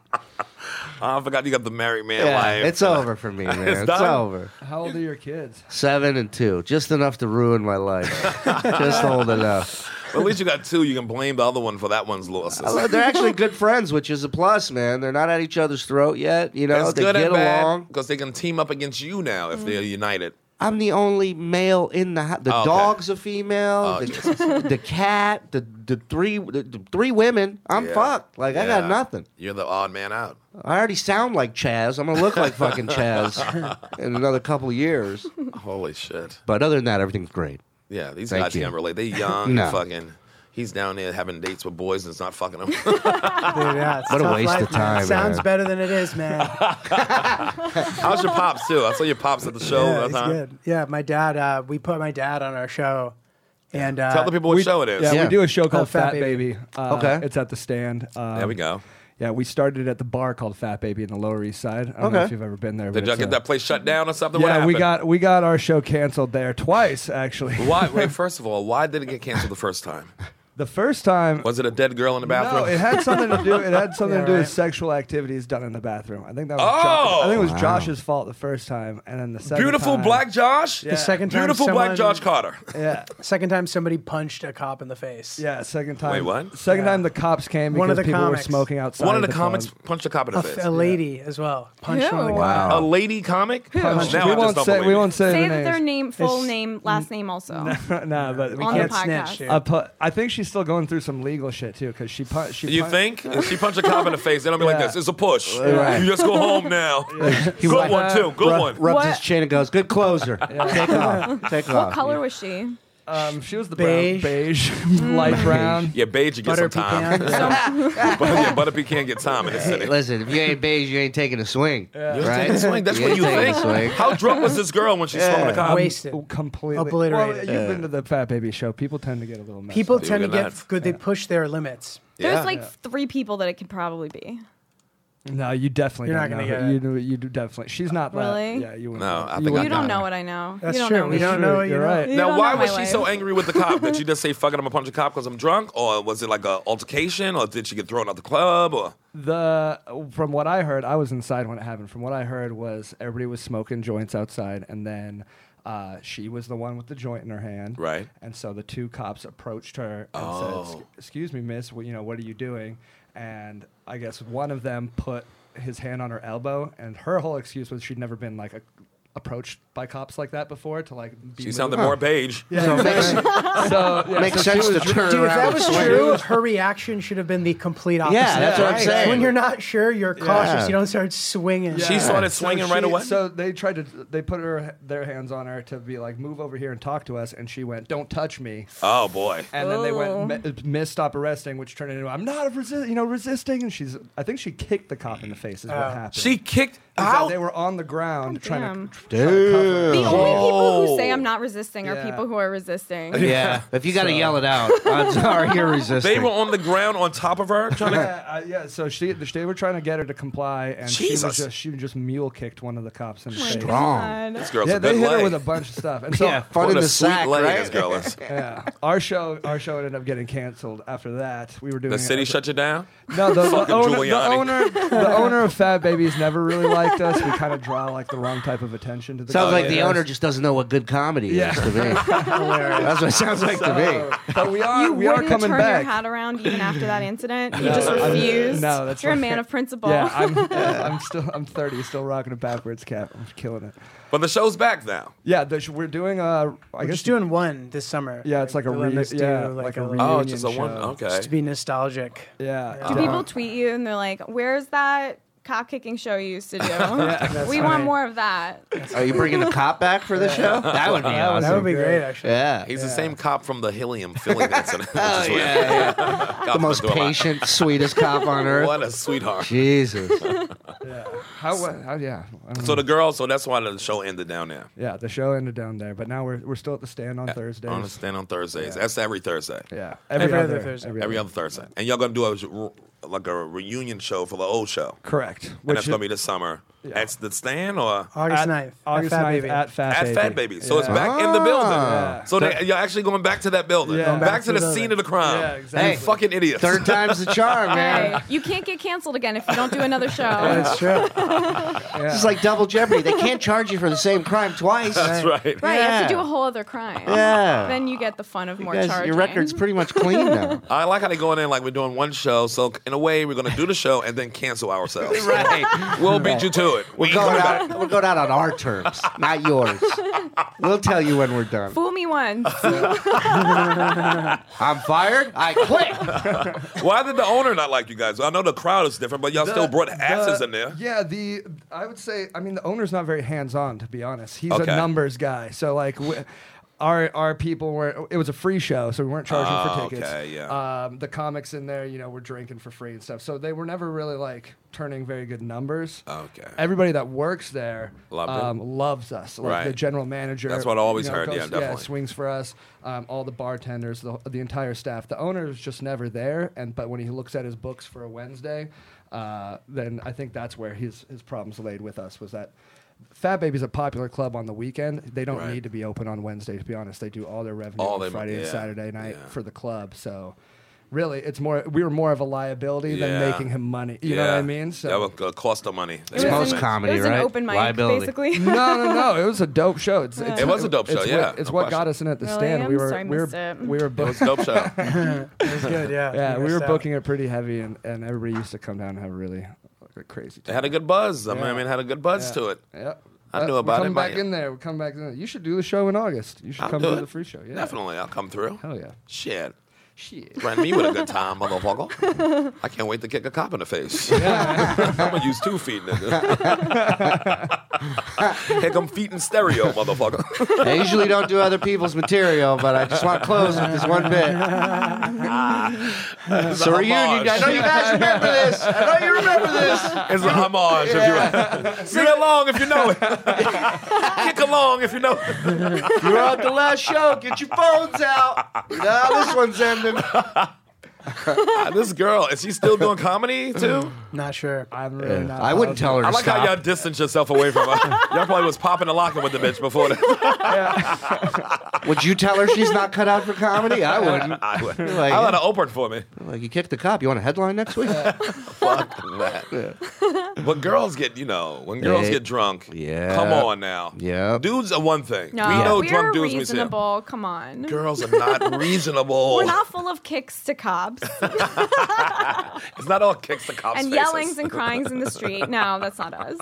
Speaker 2: I forgot you got the married man life.
Speaker 3: it's over for me, man. [LAUGHS] It's,
Speaker 2: done.
Speaker 3: over.
Speaker 6: How old are your kids?
Speaker 3: Seven and two, just enough to ruin
Speaker 2: [LAUGHS]
Speaker 3: my life. just old enough.
Speaker 2: But at least you got two. You can blame the other one for that one's losses.
Speaker 3: Well, They're actually good friends, which is a plus, man. They're not at each other's throat yet. You know,
Speaker 2: That's
Speaker 3: they
Speaker 2: good
Speaker 3: get
Speaker 2: and bad
Speaker 3: along.
Speaker 2: because they can team up against you now if they're united.
Speaker 3: I'm the only male in the house. The
Speaker 2: Okay.
Speaker 3: dog's a
Speaker 2: Oh,
Speaker 3: female. the, the cat. The the three the, the three women. I'm
Speaker 2: Yeah.
Speaker 3: fucked. Like I got
Speaker 2: Yeah.
Speaker 3: nothing.
Speaker 2: You're the odd man out.
Speaker 3: I already sound like Chaz. I'm gonna look like
Speaker 2: [LAUGHS]
Speaker 3: fucking Chaz in another couple of years.
Speaker 2: Holy shit.
Speaker 3: But other than that, everything's great.
Speaker 2: Yeah, these
Speaker 3: Thank
Speaker 2: guys
Speaker 3: you.
Speaker 2: can't relate. They young,
Speaker 3: No.
Speaker 2: fucking. He's down there having dates with boys and it's not fucking them.
Speaker 7: Dude, yeah, it's
Speaker 3: What a
Speaker 7: tough
Speaker 3: waste
Speaker 7: life,
Speaker 3: of
Speaker 7: man.
Speaker 3: time,
Speaker 7: Sounds
Speaker 3: man.
Speaker 7: better than it
Speaker 2: [LAUGHS]
Speaker 7: is, man.
Speaker 2: [LAUGHS] How's your pops too? I saw your pops at the show
Speaker 7: yeah,
Speaker 2: that
Speaker 7: it's
Speaker 2: time.
Speaker 7: good. Yeah, my dad. Uh, we put my dad on our show, and uh,
Speaker 2: Tell the people what show it is.
Speaker 6: Yeah,
Speaker 2: Yeah.
Speaker 3: Yeah.
Speaker 6: we do a show called
Speaker 7: Fat
Speaker 6: Fat, Baby. Uh,
Speaker 3: Okay.
Speaker 6: It's at the stand. Um,
Speaker 2: There we go.
Speaker 6: Yeah, we started at the bar called Fat Baby in the Lower East Side. I don't know
Speaker 3: Okay.
Speaker 6: if you've ever been there. but
Speaker 2: Did y'all
Speaker 6: it's
Speaker 2: get
Speaker 6: a-
Speaker 2: that place shut down or something? what
Speaker 6: Yeah,
Speaker 2: happened?
Speaker 6: we got we got our show canceled there twice actually.
Speaker 2: Why? Wait, first of all, why did it get canceled the first time?
Speaker 6: The first time
Speaker 2: Was it a dead girl in the bathroom?
Speaker 6: No, it had something to do. It
Speaker 2: [LAUGHS]
Speaker 6: had something
Speaker 7: Yeah,
Speaker 6: to do
Speaker 7: right.
Speaker 6: with sexual activities done in the bathroom. I think that was.
Speaker 2: Oh!
Speaker 6: Josh, I think it was Josh's fault the first time, and then the second.
Speaker 2: Beautiful
Speaker 6: time-
Speaker 2: black Josh.
Speaker 6: Yeah.
Speaker 7: second time
Speaker 2: Beautiful
Speaker 7: someone-
Speaker 2: black Josh Carter.
Speaker 6: Yeah,
Speaker 7: second time somebody punched a cop in the face.
Speaker 6: yeah. Second time.
Speaker 2: Wait, what?
Speaker 6: Second
Speaker 7: Yeah.
Speaker 6: time the cops came because
Speaker 7: One of the
Speaker 6: people
Speaker 7: comics.
Speaker 6: were smoking outside.
Speaker 2: One of the,
Speaker 6: the
Speaker 2: comics
Speaker 6: club.
Speaker 2: punched a cop in
Speaker 7: A,
Speaker 2: the
Speaker 7: f-
Speaker 2: face.
Speaker 7: a lady as well punched one of the
Speaker 5: Ew.
Speaker 7: cops.
Speaker 2: A lady comic? Now
Speaker 6: Punched-
Speaker 2: I
Speaker 6: we
Speaker 2: just
Speaker 6: won't
Speaker 2: don't
Speaker 6: say.
Speaker 2: believe
Speaker 6: We
Speaker 2: it.
Speaker 6: won't say,
Speaker 5: Say
Speaker 6: the names.
Speaker 5: their name, full
Speaker 7: It's-
Speaker 5: name, last name also.
Speaker 6: nah, but
Speaker 7: We
Speaker 5: On the
Speaker 7: can't
Speaker 5: podcast.
Speaker 7: snitch. Dude.
Speaker 6: I, pu- I think she's still going through some legal shit too, because she pun- she.
Speaker 2: You
Speaker 6: pun-
Speaker 2: think? If she punched a cop in the face, they don't be like
Speaker 6: Yeah.
Speaker 2: this. It's a push.
Speaker 3: Right.
Speaker 2: You just go home now. Good
Speaker 3: like,
Speaker 2: one, too. Good
Speaker 3: Rub-
Speaker 2: one.
Speaker 3: Rubs
Speaker 5: What?
Speaker 3: his chin and goes,
Speaker 5: [LAUGHS]
Speaker 3: "Good closer. Take off. Take
Speaker 5: What
Speaker 3: off."
Speaker 5: color was she?
Speaker 6: Um, she was the
Speaker 7: Beige. Mm.
Speaker 6: beige, beige, [LAUGHS] light brown.
Speaker 2: yeah, beige, you get
Speaker 7: Butter
Speaker 2: some time. [LAUGHS]
Speaker 7: pecan.
Speaker 2: but, yeah, butter pecan get time in the
Speaker 3: [LAUGHS]
Speaker 2: city.
Speaker 3: Listen, if you ain't beige, you ain't taking a swing. Right?
Speaker 2: That's what- That's what you
Speaker 3: ain't taking
Speaker 2: think.
Speaker 3: a swing.
Speaker 2: How drunk was this girl when she yeah. swung the cop?
Speaker 7: wasted.
Speaker 6: Oh, completely Well,
Speaker 7: Obliterated.
Speaker 6: you've been to the Fat Baby show. People tend to get a little messed
Speaker 7: People
Speaker 6: up.
Speaker 7: tend to
Speaker 2: You're
Speaker 7: get
Speaker 2: nuts.
Speaker 7: good. They push their limits.
Speaker 2: Yeah.
Speaker 5: There's like three people that it could probably be.
Speaker 6: No, you definitely.
Speaker 7: You're
Speaker 6: don't
Speaker 7: not
Speaker 6: know
Speaker 7: gonna get
Speaker 6: her.
Speaker 7: it.
Speaker 6: You do- you do definitely. She's not that-
Speaker 5: Really?
Speaker 6: Yeah, you. wouldn't
Speaker 2: No,
Speaker 6: know.
Speaker 2: I think
Speaker 6: You wouldn't-
Speaker 5: You
Speaker 2: I'm
Speaker 5: don't
Speaker 2: not.
Speaker 5: know what I know.
Speaker 7: That's
Speaker 5: you don't
Speaker 7: true.
Speaker 5: Know
Speaker 7: We
Speaker 5: me.
Speaker 7: don't know. You
Speaker 6: You're
Speaker 7: know.
Speaker 6: right.
Speaker 5: You
Speaker 2: Now,
Speaker 5: don't
Speaker 2: why
Speaker 5: know
Speaker 2: was
Speaker 5: my
Speaker 2: she
Speaker 5: life.
Speaker 2: so angry with the cop? Did she just say "fuck it, I'm gonna punch a cop" because I'm drunk, or was it like a altercation, or did she get thrown out the club? Or
Speaker 6: The from what I heard, I was inside when it happened. From what I heard was everybody was smoking joints outside, and then uh, she was the one with the joint in her hand.
Speaker 2: Right.
Speaker 6: And so the two cops approached her and said,
Speaker 2: Oh.
Speaker 6: "Excu- "Excuse me, miss. Well, you know what are you doing?" And I guess one of them put his hand on her elbow, and her whole excuse was she'd never been like a, approached by cops like that before to like. Be
Speaker 2: she
Speaker 6: moved.
Speaker 2: sounded more beige.
Speaker 3: So it makes,
Speaker 6: So yeah,
Speaker 3: makes
Speaker 6: so she
Speaker 3: sense
Speaker 6: was
Speaker 3: to turn
Speaker 7: Dude, if
Speaker 3: around
Speaker 7: that
Speaker 3: and
Speaker 7: was
Speaker 2: [LAUGHS]
Speaker 3: swing.
Speaker 7: true, her reaction should have been the complete opposite.
Speaker 3: that's
Speaker 6: what I'm
Speaker 7: Right.
Speaker 3: saying.
Speaker 7: When you're not sure, you're cautious.
Speaker 3: Yeah.
Speaker 7: You don't start swinging.
Speaker 2: She started
Speaker 6: So
Speaker 2: swinging right
Speaker 6: she-
Speaker 2: away.
Speaker 6: So they tried to they put her their hands on her to be like, move over here and talk to us, and she went, "Don't touch me."
Speaker 2: oh boy.
Speaker 6: And then they
Speaker 5: Oh.
Speaker 6: went mi- missed stop arresting, which turned into I'm not resist, you know, resisting. And she's I think she kicked the cop in the face is what happened.
Speaker 2: Oh. She kicked
Speaker 6: Is that
Speaker 2: out.
Speaker 6: They were on the ground trying
Speaker 5: damn.
Speaker 6: to, tr- trying to cover.
Speaker 5: The
Speaker 6: her.
Speaker 5: only people
Speaker 2: Oh.
Speaker 5: who say I'm not resisting are
Speaker 6: Yeah.
Speaker 5: people who are resisting.
Speaker 3: yeah. If you got to yell it out, odds are you're resisting.
Speaker 2: They were on the ground on top of her, trying to.
Speaker 6: Yeah, uh, yeah. So she, they were trying to get her to comply, and she
Speaker 2: Jesus.
Speaker 6: was just she just mule kicked one of the cops in the face.
Speaker 3: Strong.
Speaker 5: Oh God.
Speaker 2: This girl's
Speaker 6: Yeah,
Speaker 2: a good
Speaker 6: they hit
Speaker 2: leg.
Speaker 6: her with a bunch of
Speaker 2: [LAUGHS]
Speaker 6: stuff. And so
Speaker 3: yeah, fun
Speaker 2: what
Speaker 3: in
Speaker 2: a
Speaker 3: the
Speaker 2: sweet
Speaker 3: sack,
Speaker 2: leg
Speaker 3: right?
Speaker 2: this girl is.
Speaker 6: Yeah, our show, our show ended up getting canceled after that. We were doing
Speaker 2: The
Speaker 6: it
Speaker 2: city
Speaker 6: as a-
Speaker 2: shut you down. [LAUGHS]
Speaker 6: No, the, the,
Speaker 2: Fucking
Speaker 6: owner, the
Speaker 2: Giuliani.
Speaker 6: owner, the owner of Fat Babies never really liked us. We kind of draw like the wrong type of attention to the.
Speaker 3: Sounds like
Speaker 2: Oh,
Speaker 6: guys.
Speaker 3: the owner just doesn't know what good comedy
Speaker 6: Yeah.
Speaker 3: is to me. That's what it sounds like to me.
Speaker 6: But we are,
Speaker 5: You
Speaker 6: we are
Speaker 5: wouldn't
Speaker 6: coming
Speaker 5: turn
Speaker 6: back.
Speaker 5: your hat around even after that
Speaker 6: [LAUGHS]
Speaker 5: incident. You just
Speaker 6: I'm-
Speaker 5: refused.
Speaker 6: no, that's
Speaker 5: You're a
Speaker 6: right.
Speaker 5: man of principle.
Speaker 6: yeah, I'm, I'm still, I'm 30, still rocking a backwards cap. I'm killing it.
Speaker 2: But the show's back now.
Speaker 6: Yeah, there's, we're doing uh, I
Speaker 7: We're
Speaker 6: guess
Speaker 7: just doing one this summer.
Speaker 6: Yeah, it's like a
Speaker 7: the one
Speaker 6: re-
Speaker 7: that's due,
Speaker 6: yeah,
Speaker 7: like,
Speaker 6: like
Speaker 7: a,
Speaker 6: a
Speaker 7: reunion
Speaker 6: re-
Speaker 2: Oh, it's just a
Speaker 6: Union
Speaker 2: one.
Speaker 6: show.
Speaker 2: Okay.
Speaker 7: just to be nostalgic.
Speaker 5: [LAUGHS]
Speaker 6: Yeah.
Speaker 5: Do people tweet you and they're like, "Where's that cock kicking show you used
Speaker 6: [LAUGHS]
Speaker 5: to do? we want
Speaker 7: right.
Speaker 5: more of that."
Speaker 3: Are you bringing the cop back for the show? [LAUGHS] That would be awesome.
Speaker 7: That would be great, actually.
Speaker 3: yeah.
Speaker 2: He's the same cop from the Helium Philly [LAUGHS] incident. oh,
Speaker 3: yeah,
Speaker 2: The
Speaker 3: Most patient, sweetest cop on
Speaker 2: [LAUGHS]
Speaker 3: earth.
Speaker 2: What a sweetheart.
Speaker 3: Jesus.
Speaker 6: How, what- how yeah. I don't
Speaker 2: So
Speaker 6: know.
Speaker 2: the girl, so that's why the show ended down there.
Speaker 6: yeah, the show ended down there, but now we're we're still at the stand on Thursdays.
Speaker 2: I understand on Thursdays. That's every Thursday.
Speaker 6: Yeah, every,
Speaker 7: Every
Speaker 6: other,
Speaker 7: other Thursday.
Speaker 2: Every other Thursday. And y'all gonna do a r- like a reunion show for the old show.
Speaker 6: Correct.
Speaker 2: and that's gonna be this summer. That's the stand or
Speaker 6: at,
Speaker 7: August 9th.
Speaker 6: August
Speaker 7: Fat
Speaker 6: 9th
Speaker 7: Baby.
Speaker 6: at Fat
Speaker 2: at
Speaker 6: Baby.
Speaker 2: Fat Baby. So it's
Speaker 6: Yeah.
Speaker 2: back in the building.
Speaker 3: Ah.
Speaker 2: So they, you're actually going back to that building.
Speaker 6: Yeah.
Speaker 2: Back,
Speaker 6: Going
Speaker 7: back
Speaker 2: to
Speaker 7: to
Speaker 2: the
Speaker 7: the-
Speaker 2: scene of the crime.
Speaker 6: Yeah,
Speaker 2: You
Speaker 6: exactly.
Speaker 2: fucking idiots. [LAUGHS]
Speaker 3: Third time's the charm, man.
Speaker 5: Hey, you can't get canceled again if you don't do
Speaker 6: [LAUGHS]
Speaker 5: another show.
Speaker 7: That's true.
Speaker 3: It's just like double jeopardy. They can't charge you for the same crime twice.
Speaker 2: That's right.
Speaker 5: Right, you have to
Speaker 3: Yeah.
Speaker 5: do a whole other crime.
Speaker 3: Yeah.
Speaker 5: Then you get the fun of more
Speaker 3: You guys,
Speaker 5: charging.
Speaker 3: your record's pretty much clean now.
Speaker 2: I like how they going in like we're doing one show. So in a way, we're going to do the show and then cancel
Speaker 6: [LAUGHS]
Speaker 2: ourselves. [LAUGHS] right. We'll beat you to it. We
Speaker 3: We're
Speaker 2: ain't
Speaker 3: going
Speaker 2: coming back.
Speaker 3: out. We're going out on our terms, not yours. We'll tell you when we're done.
Speaker 5: Fool me once.
Speaker 3: I'm fired. I quit.
Speaker 2: Why did the owner not like you guys? I know the crowd is different, but y'all still brought asses
Speaker 6: the-
Speaker 2: in there.
Speaker 6: Yeah, the I would say I mean the owner's not very hands on to be honest. He's
Speaker 2: Okay.
Speaker 6: a numbers guy, so like. We, our, our people were it was a free show so we weren't charging
Speaker 2: Ah,
Speaker 6: for tickets
Speaker 2: okay, yeah.
Speaker 6: um, the comics in there you know were drinking for free and stuff so they were never really like turning very good numbers
Speaker 2: Okay.
Speaker 6: everybody that works there
Speaker 2: Loved it.
Speaker 6: um, loves us like
Speaker 2: Right.
Speaker 6: the general manager
Speaker 2: That's what I always heard, yeah, definitely.
Speaker 6: swings for us um, all the bartenders the, the entire staff the owner is just never there and but when he looks at his books for a wednesday uh, then i think that's where his, his problems laid with us was that fat baby's a popular club on the weekend they don't
Speaker 2: Right.
Speaker 6: need to be open on wednesday to be honest they do all their revenue
Speaker 2: All
Speaker 6: on
Speaker 2: they-
Speaker 6: friday and
Speaker 2: yeah,
Speaker 6: saturday night
Speaker 2: yeah.
Speaker 6: for the club so really it's more we were more of a liability
Speaker 2: Yeah.
Speaker 6: than making him money you know what
Speaker 2: Yeah.
Speaker 6: i mean so
Speaker 2: that would uh, cost of money.
Speaker 5: It was
Speaker 2: Yeah.
Speaker 3: most
Speaker 5: an-
Speaker 3: comedy,
Speaker 5: It was an
Speaker 3: right?
Speaker 5: open mic,
Speaker 3: Liability.
Speaker 5: basically.
Speaker 6: no, no, no! It was a dope show. It's,
Speaker 5: [LAUGHS]
Speaker 6: it's,
Speaker 2: It was a dope show,
Speaker 6: It's
Speaker 2: yeah,
Speaker 6: what, it's
Speaker 2: no
Speaker 6: what
Speaker 2: question.
Speaker 6: got us in at the
Speaker 5: Really?
Speaker 6: stand. We
Speaker 5: I'm
Speaker 6: were,
Speaker 5: sorry I
Speaker 6: we were,
Speaker 5: missed it.
Speaker 6: we were booked.
Speaker 2: Dope show.
Speaker 7: It was [LAUGHS] good. Yeah.
Speaker 6: Yeah, we
Speaker 7: Missed
Speaker 6: were
Speaker 7: out.
Speaker 6: booking it pretty heavy, and, and everybody used to come down and have a really like, a crazy
Speaker 2: It
Speaker 6: time.
Speaker 2: had a good buzz. I mean, I mean, it had a good buzz
Speaker 6: Yeah.
Speaker 2: to it.
Speaker 6: Yeah.
Speaker 2: I
Speaker 6: Uh,
Speaker 2: knew
Speaker 6: we're
Speaker 2: about it,
Speaker 6: coming
Speaker 2: but-
Speaker 6: back in there. We're coming back in there. You should do the show in August. You should
Speaker 2: I'll
Speaker 6: come
Speaker 2: do
Speaker 6: do,
Speaker 2: it.
Speaker 6: the free show. Yeah.
Speaker 2: Definitely, I'll come through.
Speaker 6: Hell yeah.
Speaker 2: Shit.
Speaker 6: Shit.
Speaker 2: Brand me with a good time, motherfucker. I can't wait to kick a cop in the
Speaker 3: [LAUGHS]
Speaker 2: face. I'm gonna use two feet, nigga.
Speaker 3: [LAUGHS]
Speaker 2: Here come feet in stereo, motherfucker.
Speaker 3: I usually don't do other people's material, but I just want to close with this one bit.
Speaker 2: It's
Speaker 3: So
Speaker 2: a
Speaker 3: reunion. I know you guys remember this. I know you remember this.
Speaker 2: [LAUGHS] It's a homage. If you Sing along if you know
Speaker 3: [LAUGHS]
Speaker 2: it. Kick along if you know it.
Speaker 3: You're on the last show. Get your phones out. Now this one's ending.
Speaker 2: Ah, This girl, is she still doing comedy too?
Speaker 7: Not sure.
Speaker 6: I'm really not.
Speaker 3: I wouldn't tell her.
Speaker 2: I
Speaker 3: To
Speaker 2: like how y'all
Speaker 3: stop.
Speaker 2: distanced yourself away from her. Y'all probably was popping and locking with the bitch before that.
Speaker 3: Would you tell her she's not cut out for comedy? I
Speaker 2: [LAUGHS]
Speaker 3: wouldn't.
Speaker 2: I would.
Speaker 3: [LAUGHS] Like-
Speaker 2: I'll let her open for me.
Speaker 3: Like you kicked the cop. You want a headline next week?
Speaker 2: Uh, Fuck that. But girls get, you know, when girls
Speaker 3: Yeah.
Speaker 2: get drunk,
Speaker 3: Yeah.
Speaker 2: come on now.
Speaker 3: Yeah.
Speaker 2: Dudes are one thing.
Speaker 5: [LAUGHS] No,
Speaker 2: we know
Speaker 5: are
Speaker 2: drunk dudes we
Speaker 5: reasonable. Come on.
Speaker 2: see. Girls are
Speaker 5: [LAUGHS]
Speaker 2: not reasonable.
Speaker 5: We're not full of kicks to cops
Speaker 2: it's not all kicks the cops
Speaker 5: and
Speaker 2: faces.
Speaker 5: yellings and cryings in the street. No, that's not us.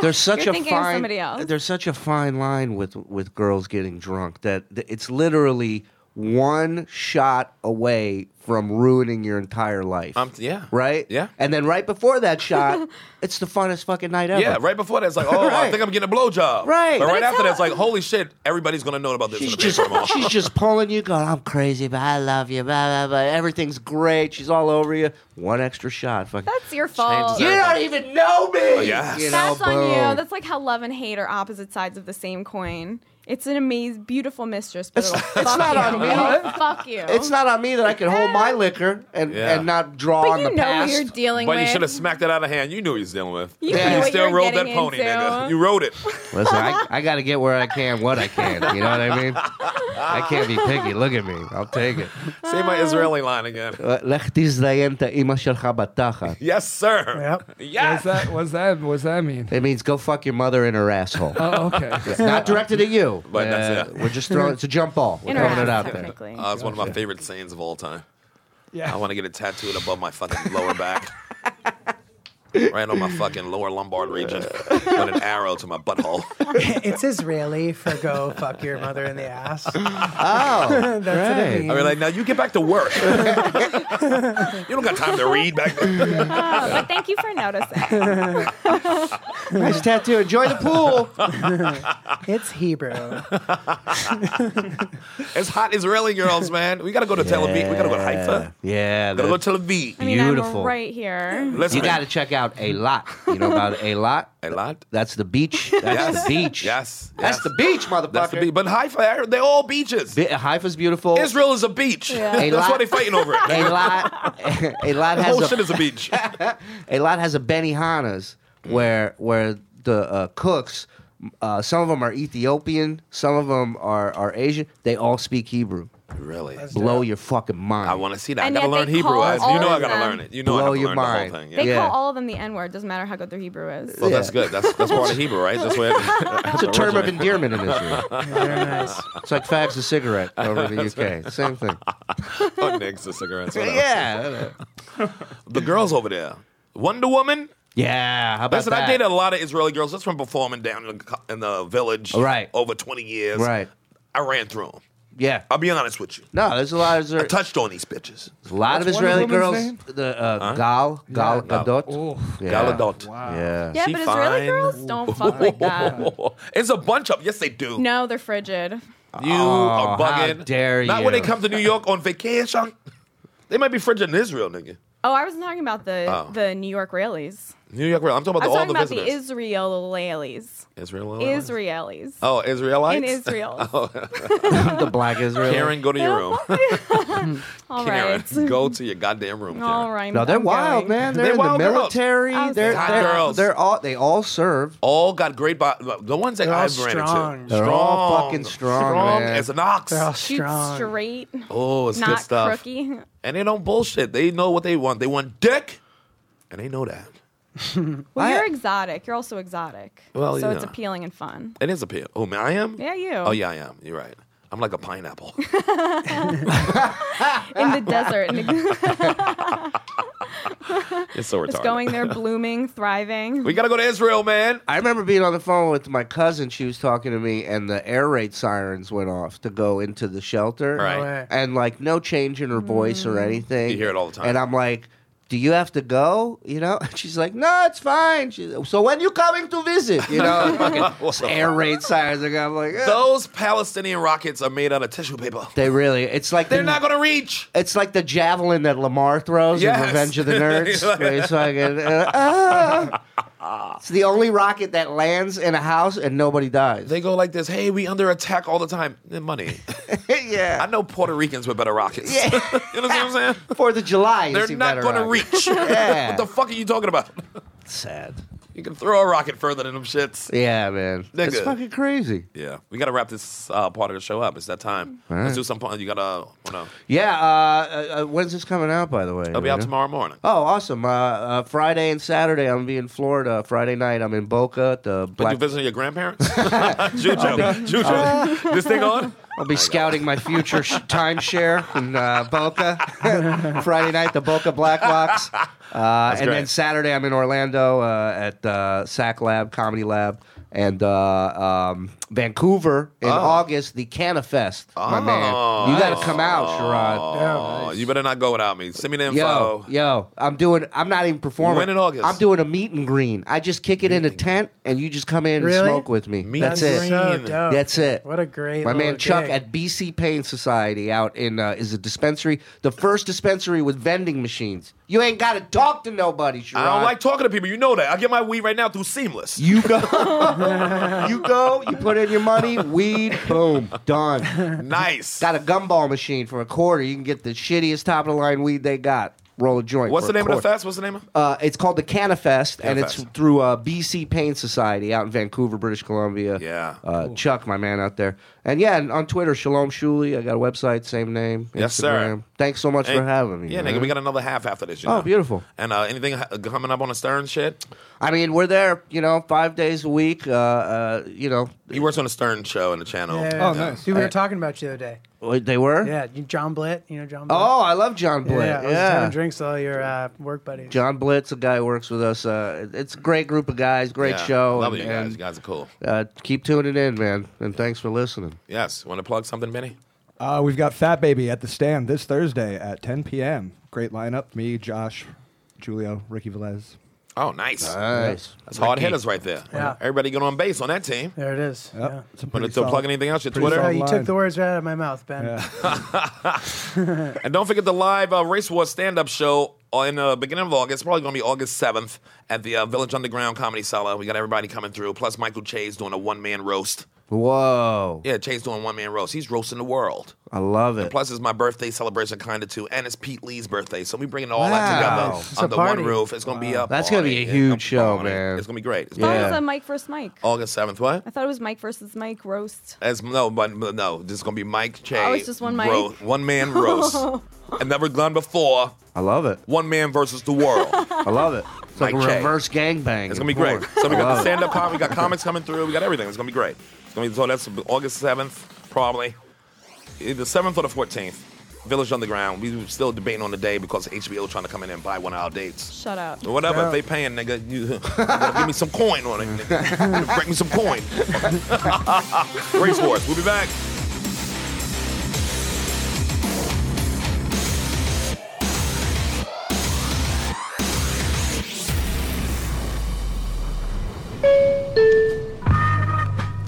Speaker 3: There's such
Speaker 5: You're
Speaker 3: a
Speaker 5: thinking of
Speaker 3: fine.
Speaker 5: somebody else.
Speaker 3: There's such a fine line with with girls getting drunk that th- it's literally one shot away from ruining your entire life.
Speaker 2: Um, yeah.
Speaker 3: Right.
Speaker 2: Yeah.
Speaker 3: And then right before that shot, [LAUGHS] it's the funnest fucking night ever.
Speaker 2: Yeah, right before that,
Speaker 3: [LAUGHS]
Speaker 2: it's like, oh, I
Speaker 3: Right.
Speaker 2: think I'm getting a blowjob.
Speaker 3: Right.
Speaker 2: But
Speaker 3: But
Speaker 2: right
Speaker 5: it's
Speaker 2: after that,
Speaker 5: how-
Speaker 2: it's like, holy shit, everybody's going to know about this
Speaker 3: She's
Speaker 2: in the
Speaker 3: just
Speaker 2: [LAUGHS] paper tomorrow.
Speaker 3: she's just pulling you, going, "I'm crazy, but I love you." Blah blah blah. Everything's great. She's all over you. One extra shot. Fucking.
Speaker 5: That's your fault.
Speaker 3: you don't even know me.
Speaker 2: yes.
Speaker 3: You know,
Speaker 5: That's on you.
Speaker 3: boom.
Speaker 5: That's like how love and hate are opposite sides of the same coin. It's an amazing, beautiful mistress, but
Speaker 3: It's-
Speaker 5: it'll
Speaker 3: [LAUGHS] it's
Speaker 5: fuck
Speaker 3: not
Speaker 5: you.
Speaker 3: on me.
Speaker 5: It'll fuck you.
Speaker 3: It's not on me that I can hold my liquor and,
Speaker 2: Yeah.
Speaker 3: and not draw
Speaker 5: But
Speaker 3: on
Speaker 5: you
Speaker 3: the
Speaker 5: know
Speaker 3: past.
Speaker 5: who you're dealing
Speaker 2: But you
Speaker 5: with.
Speaker 2: should have smacked it out of hand. You knew what he was dealing with.
Speaker 5: You
Speaker 3: knew
Speaker 2: you
Speaker 3: what
Speaker 2: still
Speaker 5: you were
Speaker 2: rode that
Speaker 5: getting
Speaker 2: pony,
Speaker 5: into.
Speaker 2: nigga. You rode
Speaker 5: [LAUGHS]
Speaker 2: it.
Speaker 3: Listen, I, I got to get where I can, what I can. You know what I mean? I can't be picky. Look at me. I'll take it.
Speaker 2: Say my Israeli line again.
Speaker 3: לך תזדיין את האימא שלך בתחת.
Speaker 2: Yes, sir.
Speaker 7: Yep.
Speaker 6: [LAUGHS] What's
Speaker 2: Yes.
Speaker 6: that? What's that? What's that mean?
Speaker 3: It means go fuck your mother in her asshole.
Speaker 6: Oh, okay.
Speaker 3: Not directed at you.
Speaker 2: But that's it.
Speaker 3: We're just throwing. It's a jump ball. We're throwing
Speaker 5: Interact,
Speaker 3: it out there.
Speaker 5: technically.
Speaker 2: Uh, it's one of my favorite sayings of all time.
Speaker 6: Yeah.
Speaker 2: I want to get it tattooed above my fucking lower back. right on my fucking lower lumbar region with an arrow to my butthole.
Speaker 7: [LAUGHS] it's Israeli for go fuck your mother in the
Speaker 2: [LAUGHS]
Speaker 7: ass.
Speaker 3: Oh,
Speaker 7: That's what it
Speaker 3: Right.
Speaker 7: means.
Speaker 2: I mean, like, now you get back to work. [LAUGHS] you don't got time to read back there.
Speaker 5: Oh, but thank you for noticing.
Speaker 3: nice tattoo. Enjoy the pool.
Speaker 7: it's Hebrew.
Speaker 2: It's hot Israeli girls, man. We got to go to Tel Aviv. We got to go to Haifa.
Speaker 3: Yeah,
Speaker 2: Got to go
Speaker 3: that's
Speaker 2: to Tel Aviv.
Speaker 5: I mean, I'm
Speaker 3: Beautiful.
Speaker 5: right here.
Speaker 2: Listen,
Speaker 3: You got to check out a lot. You know about a lot?
Speaker 2: A lot?
Speaker 3: That's the
Speaker 2: [LAUGHS]
Speaker 3: beach. That's
Speaker 2: Yes.
Speaker 3: the beach.
Speaker 2: Yes.
Speaker 3: That's
Speaker 2: Yes.
Speaker 3: the beach, motherfucker.
Speaker 2: That's the beat. But Haifa, they're all beaches.
Speaker 3: Bi- Haifa's beautiful.
Speaker 2: Israel is a beach.
Speaker 3: A
Speaker 2: That's
Speaker 3: lot-
Speaker 2: why they're fighting over it.
Speaker 3: A lot. [LAUGHS] A lot
Speaker 2: The whole
Speaker 3: has
Speaker 2: shit
Speaker 3: a,
Speaker 2: is a
Speaker 3: [LAUGHS]
Speaker 2: beach.
Speaker 3: a lot has a Benihana's where where the uh, cooks. Uh, some of them are Ethiopian. Some of them are, are Asian. They all speak Hebrew.
Speaker 2: really?
Speaker 3: Blow your fucking mind.
Speaker 2: I want to see that.
Speaker 5: And
Speaker 2: I gotta
Speaker 5: yet
Speaker 2: learn
Speaker 5: they
Speaker 2: Hebrew.
Speaker 5: call
Speaker 2: As you
Speaker 5: all
Speaker 2: know, I
Speaker 5: of
Speaker 2: gotta
Speaker 5: them-
Speaker 2: learn it. You know, I
Speaker 3: Blow
Speaker 2: have to
Speaker 3: your
Speaker 2: learn
Speaker 3: mind.
Speaker 2: the whole thing.
Speaker 5: They
Speaker 2: Yeah.
Speaker 3: Yeah.
Speaker 5: call all of them the N word. Doesn't matter how good their Hebrew is.
Speaker 2: Well,
Speaker 3: Yeah.
Speaker 2: Oh, that's good. That's that's part of Hebrew, right? That's
Speaker 3: [LAUGHS]
Speaker 2: where [LAUGHS]
Speaker 3: It's a term of endearment in Israel.
Speaker 7: Very nice.
Speaker 3: It's like fags a cigarette over in the UK. Same thing.
Speaker 2: oh, next to cigarettes. whatever.
Speaker 3: Yeah.
Speaker 2: The girls over there, Wonder Woman.
Speaker 3: Yeah. How about
Speaker 2: Listen,
Speaker 3: that?
Speaker 2: I dated a lot of Israeli girls. That's from performing down in the, co- in the village,
Speaker 3: Right.
Speaker 2: Over twenty years,
Speaker 3: Right.
Speaker 2: I ran through them.
Speaker 3: Yeah.
Speaker 2: I'll be honest with you.
Speaker 3: No, there's a lot of
Speaker 2: I touched on these bitches.
Speaker 3: a lot of
Speaker 6: What's Wonder
Speaker 3: Israeli girls.
Speaker 6: Woman's
Speaker 3: The uh, Gal Gal
Speaker 2: Gal.
Speaker 3: Gadot.
Speaker 6: Oh,
Speaker 3: Yeah.
Speaker 2: Galadot.
Speaker 6: wow.
Speaker 3: Yeah.
Speaker 5: yeah,
Speaker 2: She
Speaker 5: but
Speaker 2: fine.
Speaker 5: Israeli girls don't fuck
Speaker 2: [LAUGHS]
Speaker 5: like that.
Speaker 2: It's a bunch of yes, they do.
Speaker 5: Oh No, they're frigid.
Speaker 2: You
Speaker 3: Oh, how
Speaker 2: are bugging.
Speaker 3: dare
Speaker 2: Not when
Speaker 3: you.
Speaker 2: they come to New York on vacation. They might be frigid in Israel, nigga.
Speaker 5: Oh, I was not talking about the
Speaker 2: Oh.
Speaker 5: the New York rallies.
Speaker 2: New York. I'm talking about the,
Speaker 5: I'm
Speaker 2: all
Speaker 5: talking
Speaker 2: the
Speaker 5: about
Speaker 2: visitors.
Speaker 5: the Israel rallies.
Speaker 2: Israel.
Speaker 5: Israelis.
Speaker 2: Oh, Israelites. [LAUGHS]
Speaker 5: In Israel.
Speaker 3: the black Israel.
Speaker 2: Karen, go to your room. [LAUGHS]
Speaker 5: All
Speaker 2: Karen,
Speaker 5: right.
Speaker 2: go to your goddamn room. Karen.
Speaker 5: All right.
Speaker 3: No, they're
Speaker 5: I'm
Speaker 3: wild,
Speaker 5: going.
Speaker 3: man. They're,
Speaker 2: They're
Speaker 3: in
Speaker 2: wild
Speaker 3: the
Speaker 2: girls.
Speaker 3: military.
Speaker 5: I was
Speaker 3: They're,
Speaker 5: like,
Speaker 3: they're,
Speaker 2: Hot girls.
Speaker 3: they're all they all serve.
Speaker 2: all got great body. The ones that
Speaker 7: They're all
Speaker 2: I've ran
Speaker 7: strong.
Speaker 2: into,
Speaker 3: They're all fucking strong, man.
Speaker 2: as an ox.
Speaker 7: They're all
Speaker 5: Shoot
Speaker 7: strong.
Speaker 5: straight.
Speaker 2: oh, it's good
Speaker 5: Not
Speaker 2: stuff.
Speaker 5: crooky.
Speaker 2: And they don't bullshit. They know what they want. They want dick, and they know that.
Speaker 5: Well,
Speaker 3: I-
Speaker 5: you're exotic. You're also exotic.
Speaker 2: Well,
Speaker 5: so
Speaker 2: you
Speaker 5: it's
Speaker 2: know.
Speaker 5: appealing and fun.
Speaker 2: It is a pill. Oh, man, I am.
Speaker 5: Yeah, you.
Speaker 2: Oh yeah, I am. You're right. I'm like a
Speaker 5: [LAUGHS]
Speaker 2: pineapple.
Speaker 5: In the desert.
Speaker 2: [LAUGHS]
Speaker 5: In the-
Speaker 2: it's so retarded.
Speaker 5: it's going there, blooming, thriving.
Speaker 2: [LAUGHS] We gotta go to Israel, man.
Speaker 3: I remember being on the phone with my cousin. She was talking to me, and the air raid sirens went off to go into the shelter.
Speaker 2: Right.
Speaker 7: way.
Speaker 3: And like no change in her voice
Speaker 5: Mm.
Speaker 3: or anything.
Speaker 2: You hear it all the time.
Speaker 3: And I'm like, "Do you have to go?" You know. [LAUGHS] She's like, "No, it's fine." She's, so when you coming to visit? You [LAUGHS] know, fucking air raid sirens. Like, I'm like, eh.
Speaker 2: Those Palestinian rockets are made out of tissue paper.
Speaker 3: they really. It's like
Speaker 2: They're
Speaker 3: the-
Speaker 2: not gonna reach.
Speaker 3: It's like the javelin that Lamar throws in
Speaker 2: Yes. [LAUGHS]
Speaker 3: Revenge of the Nerds. where he's fucking, uh, ah. It's the only rocket that lands in a house and nobody dies.
Speaker 2: They go like this. Hey, we under attack all the time. Eh, Money. [LAUGHS] I
Speaker 3: [LAUGHS] yeah.
Speaker 2: know Puerto Ricans with better rockets. [LAUGHS] you know what I'm saying?
Speaker 3: Fourth of July. [LAUGHS] you
Speaker 2: They're
Speaker 3: see
Speaker 2: not
Speaker 3: better
Speaker 2: gonna reach. [LAUGHS]
Speaker 3: rockets. Yeah.
Speaker 2: What the fuck are you talking about? [LAUGHS]
Speaker 3: Sad.
Speaker 2: You can throw a rocket further than them shits.
Speaker 3: Yeah, man. That's
Speaker 2: Nigga.
Speaker 3: fucking crazy.
Speaker 2: Yeah, we gotta wrap this uh, part of the show up. It's that time. Let's do some. part- You gotta. You know,
Speaker 3: Yeah. Uh, uh, uh, when's this coming out, by the way?
Speaker 2: it'll be out tomorrow morning.
Speaker 3: Oh, awesome. Uh, uh, Friday and Saturday, I'm going to be in Florida. Friday night, I'm in Boca at the
Speaker 2: But you
Speaker 3: Black
Speaker 2: visiting your
Speaker 3: [LAUGHS]
Speaker 2: grandparents? Juju, Juju, this thing on?
Speaker 3: I'll be scouting my future sh- timeshare in uh, Boca. [LAUGHS] Friday night, the Boca
Speaker 2: [LAUGHS]
Speaker 3: Black Box. Uh, and
Speaker 2: great.
Speaker 3: then Saturday, I'm in Orlando uh, at uh, SAC Lab, Comedy Lab, and uh, um, Vancouver
Speaker 2: Oh.
Speaker 3: in August, the Canna Fest. My man. You got to come out, Sherrod.
Speaker 2: Oh, you better not go without me. Send me the info.
Speaker 3: Yo, yo, I'm doing. I'm not even performing.
Speaker 2: When in August?
Speaker 3: I'm doing a meet and green. I just kick it in a tent, and you just come in and
Speaker 7: Really?
Speaker 3: smoke with me.
Speaker 2: Meet
Speaker 3: That's
Speaker 2: and
Speaker 3: it.
Speaker 2: green.
Speaker 7: So
Speaker 2: Green.
Speaker 7: dope.
Speaker 3: That's it.
Speaker 7: What a great
Speaker 3: My man
Speaker 7: little
Speaker 3: Chuck
Speaker 7: gig.
Speaker 3: at BC Pain Society out in uh, is a dispensary, the first dispensary with vending machines. You ain't got to talk to nobody, Sherrod.
Speaker 2: I don't like talking to people. You know that. I get my weed right now through Seamless.
Speaker 3: [LAUGHS] you
Speaker 7: [LAUGHS]
Speaker 3: go, you go, you put in your money, weed, boom, done.
Speaker 2: nice.
Speaker 3: Got a gumball machine for a quarter. You can get the shittiest top of the line weed they got. Roll a joint.
Speaker 2: What's
Speaker 3: for
Speaker 2: the
Speaker 3: a
Speaker 2: name of the
Speaker 3: quarter.
Speaker 2: fest? What's the name of?
Speaker 3: Uh, it's called the Canna Fest, and
Speaker 2: Canna
Speaker 3: it's
Speaker 2: Fest.
Speaker 3: through uh, BC Pain Society out in Vancouver, British Columbia.
Speaker 2: Yeah.
Speaker 3: Uh, Chuck, my man out there. And yeah, and on Twitter, Shalom Shuli. I got a website, same name.
Speaker 2: Yes, sir.
Speaker 3: Instagram. Thanks so much for
Speaker 2: Hey,
Speaker 3: having me.
Speaker 2: Yeah,
Speaker 3: man.
Speaker 2: nigga, we got another half after this. You
Speaker 3: Oh,
Speaker 2: know?
Speaker 3: beautiful.
Speaker 2: And uh, anything ha- coming up on the Stern shit?
Speaker 3: I mean, we're there, you know, five days a week. Uh, uh, you know,
Speaker 2: He works on the Stern show and the channel.
Speaker 7: Yeah.
Speaker 6: Oh, nice.
Speaker 7: Dude, we were talking about you the other day.
Speaker 3: wait, they were?
Speaker 7: Yeah, you- John Blitt. You know John Blitt?
Speaker 3: Oh, I love John
Speaker 7: yeah.
Speaker 3: Blitz.
Speaker 7: I was just having drinks with all your uh, work buddies.
Speaker 3: John Blitz, a guy who works with us. Uh, it's a great group of guys, great
Speaker 2: Yeah.
Speaker 3: show.
Speaker 2: Love
Speaker 3: and-
Speaker 2: you guys.
Speaker 3: and,
Speaker 2: You guys are cool.
Speaker 3: uh, keep tuning in, man, and thanks for listening.
Speaker 2: Yes. Want to plug something, Benny?
Speaker 6: [LAUGHS] Uh, we've got Fat Baby at the stand this Thursday at 10 p.m. Great lineup. Me, Josh, Julio, Ricky Velez.
Speaker 2: Oh, nice.
Speaker 3: Nice.
Speaker 2: That's hard hitters right there.
Speaker 7: Yeah.
Speaker 2: Everybody get on base on that team.
Speaker 7: There it is.
Speaker 6: Yep.
Speaker 7: Yeah.
Speaker 6: It's a
Speaker 2: Want
Speaker 6: pretty
Speaker 2: to plug
Speaker 6: solid-
Speaker 2: anything else? Your
Speaker 6: pretty
Speaker 2: Twitter?
Speaker 7: Yeah,
Speaker 6: solid
Speaker 7: you
Speaker 6: line.
Speaker 7: took the words right out of my mouth, Ben.
Speaker 6: Yeah.
Speaker 2: And don't forget the live uh, Race War stand up show uh, in the beginning of August, probably going to be August 7th at the uh, Village Underground Comedy Cellar. We got everybody coming through, plus Michael Che's doing a one man roast.
Speaker 3: Whoa.
Speaker 2: Yeah, Che's doing one man roast. He's roasting the world.
Speaker 3: I love it.
Speaker 2: Plus, it's my birthday celebration, kind of too, and it's Pete Lee's birthday, so we bringing all
Speaker 3: Wow.
Speaker 2: that
Speaker 3: It's
Speaker 7: a
Speaker 2: together under
Speaker 7: party.
Speaker 2: one roof. It's gonna be up.
Speaker 3: That's gonna be a huge show, man.
Speaker 2: It's gonna be great. It's
Speaker 5: I
Speaker 2: gonna
Speaker 5: thought
Speaker 2: be
Speaker 5: it
Speaker 3: Yeah.
Speaker 5: was a Mike versus Mike.
Speaker 2: August seventh. What?
Speaker 5: I thought it was Mike versus Mike roast.
Speaker 2: As no, but but no, this is gonna be Mike Che.
Speaker 5: Oh, it's just one Mike?
Speaker 2: ro- one man
Speaker 5: [LAUGHS]
Speaker 2: roast, and never done before.
Speaker 3: I love it.
Speaker 2: One man versus the world.
Speaker 3: I love it. It's like
Speaker 2: Mike
Speaker 3: a
Speaker 2: Che.
Speaker 3: reverse gangbang.
Speaker 2: It's gonna be
Speaker 3: Come
Speaker 2: great.
Speaker 3: on.
Speaker 2: So we got
Speaker 3: I
Speaker 2: the
Speaker 3: love it.
Speaker 2: stand up comedy, we got comics coming through, we got everything. It's gonna be great. It's gonna be so that's August seventh, probably. Either seventh or the fourteenth. Village Underground. We were still debating on the day because HBO trying to come in and buy one of our dates.
Speaker 5: Shut up.
Speaker 2: Or whatever, if they paying, nigga, you [LAUGHS] better give me some coin on it. Nigga. Bring me some coin. [LAUGHS] Race Wars. We'll be back.